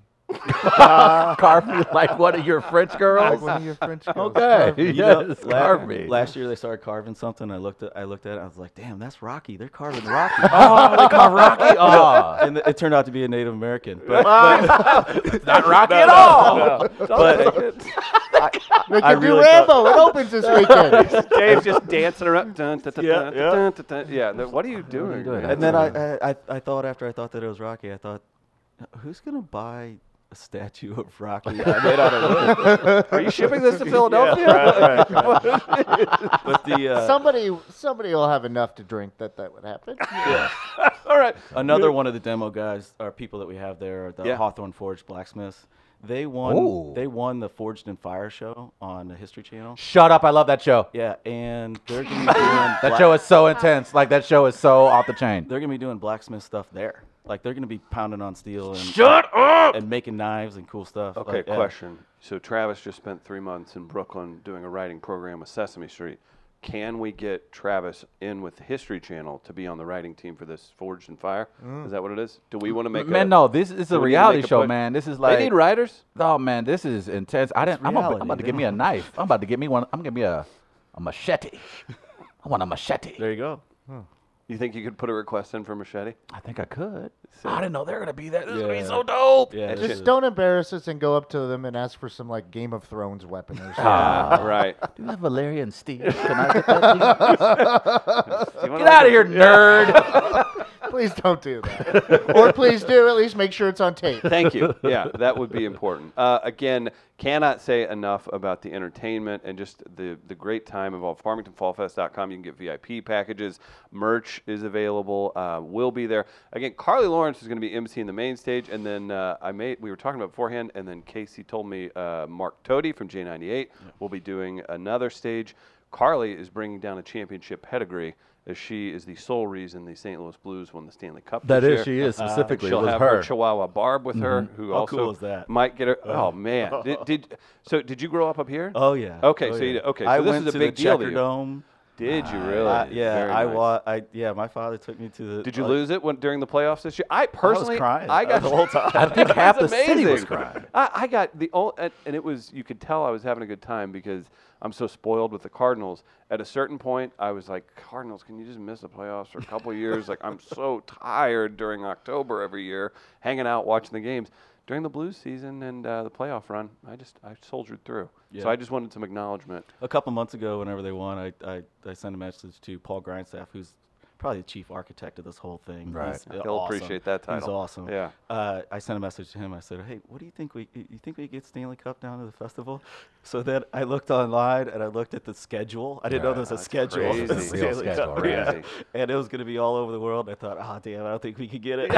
Speaker 2: carve me *laughs* like one of your French
Speaker 3: Like
Speaker 2: girls.
Speaker 3: one of your French girls.
Speaker 2: Okay.
Speaker 3: Carve me.
Speaker 1: *laughs*
Speaker 2: Yes,
Speaker 6: know, la-
Speaker 2: carve me.
Speaker 6: Last year they started carving something. I looked at I looked at it. I was like, damn, that's Rocky. They're
Speaker 2: *laughs*
Speaker 6: carving Rocky.
Speaker 2: oh, they carve *laughs* Rocky. Oh,
Speaker 6: and it turned out to be a Native American. But,
Speaker 2: *laughs* not Rocky at all.
Speaker 1: *laughs*
Speaker 6: but
Speaker 3: They
Speaker 6: I
Speaker 3: can do
Speaker 6: really thought-
Speaker 3: Rambo. It
Speaker 1: *laughs*
Speaker 3: opens this weekend.
Speaker 1: Dave's just dancing around. Dun, dun, dun,
Speaker 6: Yeah,
Speaker 1: dun,
Speaker 6: yeah.
Speaker 1: dun, dun, dun. yeah. th- What are you doing? uh,
Speaker 2: doing?
Speaker 1: man?
Speaker 6: and then I, I I- I thought after I thought that it was Rocky, I thought, who's gonna buy a statue of Rocky made out of wood?
Speaker 1: are you shipping this to Philadelphia?
Speaker 6: But the
Speaker 3: *laughs*
Speaker 6: uh,
Speaker 3: somebody, somebody will have enough to drink that that would happen.
Speaker 1: *laughs* All right.
Speaker 6: another one of the demo guys are people that we have there at the
Speaker 1: Yeah.
Speaker 6: Hawthorne Forge blacksmiths. They won.
Speaker 2: Ooh.
Speaker 6: They won the Forged in Fire show on the History Channel.
Speaker 2: Shut up! I love that show.
Speaker 6: Yeah, and they're gonna
Speaker 2: *laughs*
Speaker 6: be doing that
Speaker 2: That show is so intense. Like that show is so off the chain.
Speaker 6: they're gonna be doing blacksmith stuff there. Like they're gonna be pounding on steel and
Speaker 2: Shut up!
Speaker 6: and making knives and cool stuff.
Speaker 1: Okay,
Speaker 6: Like, yeah.
Speaker 1: question. So Travis just spent three months in Brooklyn doing a writing program with Sesame Street. Can we get Travis in with the History Channel to be on the writing team for this Forged in Fire? Is that what it is? Do we want to make a,
Speaker 2: Man, no, this is
Speaker 1: do
Speaker 2: a
Speaker 1: we need to
Speaker 2: reality
Speaker 1: make a
Speaker 2: show,
Speaker 1: push?
Speaker 2: man. This is like
Speaker 1: They need writers.
Speaker 2: Oh man, this is intense. I didn't. I'm, about- I'm
Speaker 6: reality,
Speaker 2: about to
Speaker 6: dude.
Speaker 2: give me a knife. I'm about to get me one. I'm gonna be a, a machete. I want a machete.
Speaker 6: There you go.
Speaker 1: You think you could put a request in for Machete?
Speaker 2: I think I could. I didn't know they're gonna be there. This is gonna be
Speaker 6: Yeah.
Speaker 2: so dope.
Speaker 6: Yeah. this
Speaker 3: Just
Speaker 6: is-
Speaker 3: don't embarrass us and go up to them and ask for some like Game of Thrones
Speaker 1: *laughs*
Speaker 3: weapon or something.
Speaker 1: Ah, right.
Speaker 2: Do you have
Speaker 1: *laughs*
Speaker 2: Valerian steel? Can I get that? please?
Speaker 1: Do you wanna
Speaker 2: get
Speaker 1: like
Speaker 2: out
Speaker 1: a-
Speaker 2: of here, nerd.
Speaker 3: Please don't do that. or please do. At least make sure it's on tape.
Speaker 1: Thank you. Yeah, that would be important. Uh, again, cannot say enough about the entertainment and just the, the great time involved. FarmingtonFallFest.com. You can get VIP packages. Merch is available. Uh, will be there. Again, Carly Lawrence is going to be MC in the main stage, and then uh, I made we were talking about beforehand, and then Casey told me uh, Mark Toady from J98 will be doing another stage. Carly is bringing down a championship pedigree. As she is the sole reason the St. Louis Blues won the Stanley Cup.
Speaker 2: That
Speaker 1: this
Speaker 2: is,
Speaker 1: year. Uh,
Speaker 2: she is specifically. it
Speaker 1: She'll
Speaker 2: was
Speaker 1: have
Speaker 2: her.
Speaker 1: her Chihuahua Barb with her, who
Speaker 6: Mm-hmm. How
Speaker 1: also
Speaker 6: cool is that?
Speaker 1: might
Speaker 6: *laughs*
Speaker 1: get her. Oh man, did, did so? Did you grow up up here?
Speaker 6: Oh yeah.
Speaker 1: Okay,
Speaker 6: Oh,
Speaker 1: so you
Speaker 6: yeah.
Speaker 1: did- okay,
Speaker 6: I
Speaker 1: so this
Speaker 6: went
Speaker 1: is a
Speaker 6: to
Speaker 1: big
Speaker 6: the
Speaker 1: deal to
Speaker 6: Checker
Speaker 1: you.
Speaker 6: Dome.
Speaker 1: Did you really?
Speaker 6: I- yeah,
Speaker 1: Very
Speaker 6: I
Speaker 1: nice.
Speaker 6: wa- I yeah, my father took me to the.
Speaker 1: Did you
Speaker 6: uh,
Speaker 1: lose it when, during the playoffs this year? I personally,
Speaker 6: crying.
Speaker 1: I
Speaker 6: Uh,
Speaker 1: got
Speaker 6: the whole time.
Speaker 2: I
Speaker 1: *laughs*
Speaker 2: think
Speaker 1: It
Speaker 2: half
Speaker 1: was
Speaker 2: the city was
Speaker 1: amazing.
Speaker 2: crying.
Speaker 1: I, I got the only, and, and it was you could tell I was having a good time because I'm so spoiled with the Cardinals. At a certain point, I was like, Cardinals, can you just miss the playoffs for a couple years? Like I'm so *laughs* tired during October every year, hanging out watching the games. During the Blues season and uh, the playoff run, I just I soldiered through.
Speaker 6: Yeah.
Speaker 1: So I just wanted some
Speaker 2: *laughs*
Speaker 1: acknowledgement.
Speaker 6: A couple months ago, whenever they won, I, I, I sent a message to Paul Grindstaff, who's probably the chief architect of this whole thing.
Speaker 2: Right.
Speaker 6: He's, uh,
Speaker 1: He'll
Speaker 6: awesome.
Speaker 1: appreciate that
Speaker 6: He's
Speaker 1: title.
Speaker 6: awesome.
Speaker 1: Yeah.
Speaker 6: Uh, I sent a message to him. I said, "Hey, what do you think we? You think we get Stanley Cup down to the festival?" So then I looked online and I looked at the schedule. I didn't know
Speaker 2: Yeah,
Speaker 6: there was a
Speaker 1: that's
Speaker 6: schedule.
Speaker 1: crazy.
Speaker 6: for the
Speaker 1: Real
Speaker 6: *laughs* Stanley Cup.
Speaker 2: schedule, right.
Speaker 6: Yeah.
Speaker 1: Crazy.
Speaker 6: And it was going to be all over the world. I thought, "Ah, damn, I don't think we could get
Speaker 1: *laughs*
Speaker 6: it."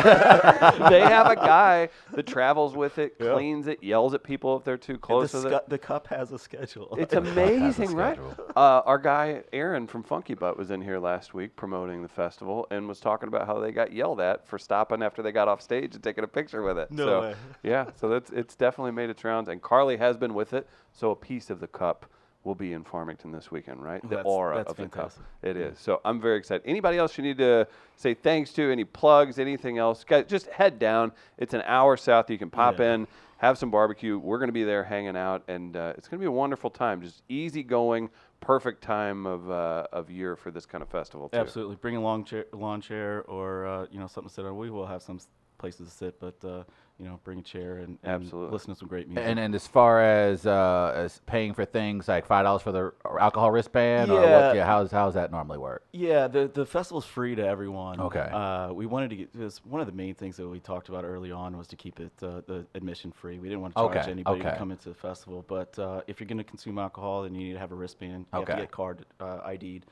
Speaker 1: they have a guy that travels with it, cleans it, yells at people if they're too
Speaker 6: the,
Speaker 1: close to
Speaker 6: scu- the cup has
Speaker 1: *laughs*
Speaker 6: a schedule. *laughs*
Speaker 1: It's
Speaker 2: has a
Speaker 1: amazing, right?
Speaker 2: schedule.
Speaker 1: Uh, our guy Aaron from Funky Butt was in here last week promoting the festival and was talking about how they got yelled at for stopping after they got off stage and taking a picture with it.
Speaker 6: No
Speaker 1: so,
Speaker 6: way. *laughs*
Speaker 1: Yeah, so that's it's definitely made its rounds, and Carly has been with it. So a piece of the cup will be in Farmington this weekend, right? The
Speaker 6: That's-
Speaker 1: aura
Speaker 6: that's
Speaker 1: of
Speaker 6: fantastic.
Speaker 1: the cup. It is. So I'm very excited. Anybody else you need to say thanks to? Any plugs? Anything else? Guys, just head down. It's an hour south. You can pop
Speaker 6: Yeah.
Speaker 1: in in, have some barbecue. We're going to be there hanging out, and uh, it's going to be a wonderful time. Just easy going, perfect time of uh, of year for this kind of festival. Too.
Speaker 6: Absolutely, bring a long chair, lawn chair, or uh, you know something to sit on. We will have some s- places to sit, but uh, you know, bring a chair and, and
Speaker 1: Absolutely.
Speaker 6: listen to some great music.
Speaker 2: And, and as far as uh, as paying for things like five dollars for the alcohol wristband or
Speaker 6: Yeah.
Speaker 2: what, yeah, how's how's that normally work?
Speaker 6: yeah, the the festival's free to everyone.
Speaker 2: Okay.
Speaker 6: Uh, we wanted to get this. One of the main things that we talked about early on was to keep it uh, the admission free. We didn't want to charge
Speaker 2: Okay,
Speaker 6: anybody to
Speaker 2: okay.
Speaker 6: come into the festival. But uh, if you're going to consume alcohol, then you need to have a wristband. You have
Speaker 2: Okay.
Speaker 6: to get card uh, ID'd.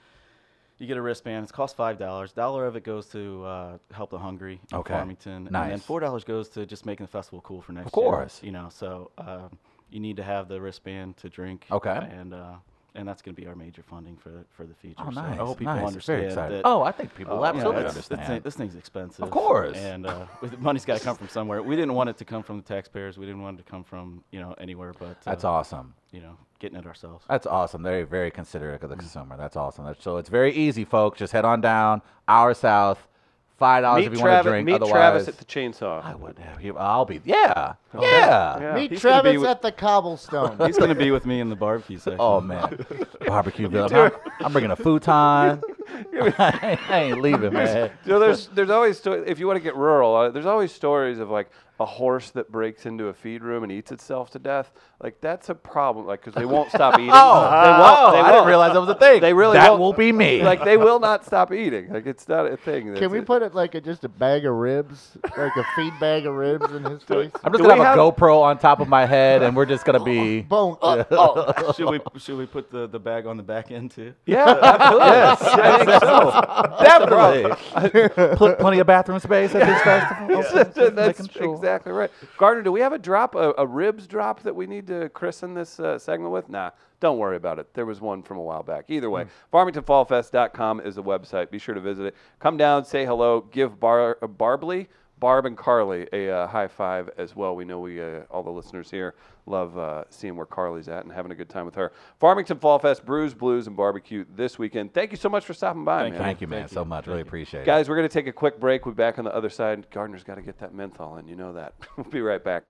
Speaker 6: You get a wristband. It costs five dollars. Dollar of it goes to uh, help the hungry in
Speaker 2: Okay.
Speaker 6: Farmington, and then
Speaker 2: Nice.
Speaker 6: four dollars goes to just making the festival cool for next
Speaker 2: Of
Speaker 6: year,
Speaker 2: course.
Speaker 6: you know, so um, you need to have the wristband to drink.
Speaker 2: Okay.
Speaker 6: And uh, and that's going to be our major funding for for the future.
Speaker 2: Oh,
Speaker 6: so
Speaker 2: nice.
Speaker 6: I hope people
Speaker 2: nice.
Speaker 6: understand
Speaker 2: Very excited.
Speaker 6: that.
Speaker 2: oh, I think people
Speaker 6: you
Speaker 2: will
Speaker 6: know,
Speaker 2: absolutely
Speaker 6: it's- this thing-
Speaker 2: understand.
Speaker 6: This thing's expensive.
Speaker 2: course.
Speaker 6: And uh, with- money's got to come from somewhere. We didn't want it to come from the taxpayers. We didn't want it to come from you know anywhere but. Uh,
Speaker 2: That's awesome.
Speaker 6: You know, getting it ourselves.
Speaker 2: That's awesome. They're very considerate of the consumer. That's awesome. That's, so it's very easy, folks. Just head on down, hour south, five dollars if
Speaker 1: Meet,
Speaker 2: you want to
Speaker 1: Travis,
Speaker 2: drink.
Speaker 1: meet
Speaker 2: Otherwise,
Speaker 1: Travis at the chainsaw.
Speaker 2: I would. have you- I'll be. Yeah.
Speaker 6: Oh,
Speaker 2: Yeah.
Speaker 1: Yeah.
Speaker 3: Meet
Speaker 1: He's gonna be
Speaker 3: Travis
Speaker 1: with-
Speaker 3: at the
Speaker 1: *laughs*
Speaker 3: cobblestone.
Speaker 6: He's going to be with me in the barbecue section.
Speaker 2: Oh
Speaker 6: *laughs*
Speaker 2: man, barbecue bill. I'm, I'm bringing a futon. *laughs* I ain't leaving, man.
Speaker 1: you know,
Speaker 2: *laughs*
Speaker 1: there's there's always sto- if you want to get rural, uh, there's always stories of like a horse that breaks into a feed room and eats itself to death. Like that's a problem, like because they won't
Speaker 2: *laughs*
Speaker 1: stop eating.
Speaker 2: Oh,
Speaker 1: they won't,
Speaker 2: oh,
Speaker 1: they
Speaker 2: I
Speaker 1: won't.
Speaker 2: didn't realize that was a thing.
Speaker 1: They really
Speaker 2: that
Speaker 1: won't.
Speaker 2: will be me.
Speaker 1: Like they will not stop eating. Like it's not a thing.
Speaker 3: Can
Speaker 1: That's
Speaker 3: we
Speaker 1: it.
Speaker 3: put it like a, just a bag of ribs, like a feed bag of ribs
Speaker 1: *laughs*
Speaker 3: in his face?
Speaker 2: I'm just
Speaker 1: Do
Speaker 2: gonna
Speaker 1: we
Speaker 2: have, a
Speaker 1: have-
Speaker 2: GoPro on top of my head, and we're just gonna *laughs* be.
Speaker 1: *laughs*
Speaker 3: Bone. Oh, oh.
Speaker 6: *laughs* should we should we put the, the bag on the back end too?
Speaker 1: Yeah,
Speaker 3: *laughs*
Speaker 1: absolutely. yes, I think so.
Speaker 2: Definitely.
Speaker 1: *laughs*
Speaker 2: Pl- plenty of bathroom space *laughs* at this festival.
Speaker 1: That's- that's
Speaker 2: making sure.
Speaker 1: exactly right. Gardner, do we have a drop, a, a ribs drop that we need to christen this uh, segment with? Nah, don't worry about it. There was one from a while back. Either way,
Speaker 2: Hmm.
Speaker 1: FarmingtonFallFest.com is the website. Be sure to visit it. Come down, say hello, give Bar- uh, Barbley, Barb and Carly a uh, high five as well. We know we uh, all the listeners here love uh, seeing where Carly's at and having a good time with her. Farmington Fall Fest, Brews, Blues, and Barbecue this weekend. Thank you so much for stopping by, man.
Speaker 2: Thank you, man, so much. Really appreciate it.
Speaker 1: Guys, we're going to take a quick break. *laughs* We'll be back on the other side. Gardner's got to get that menthol in. You know that. we'll be right back.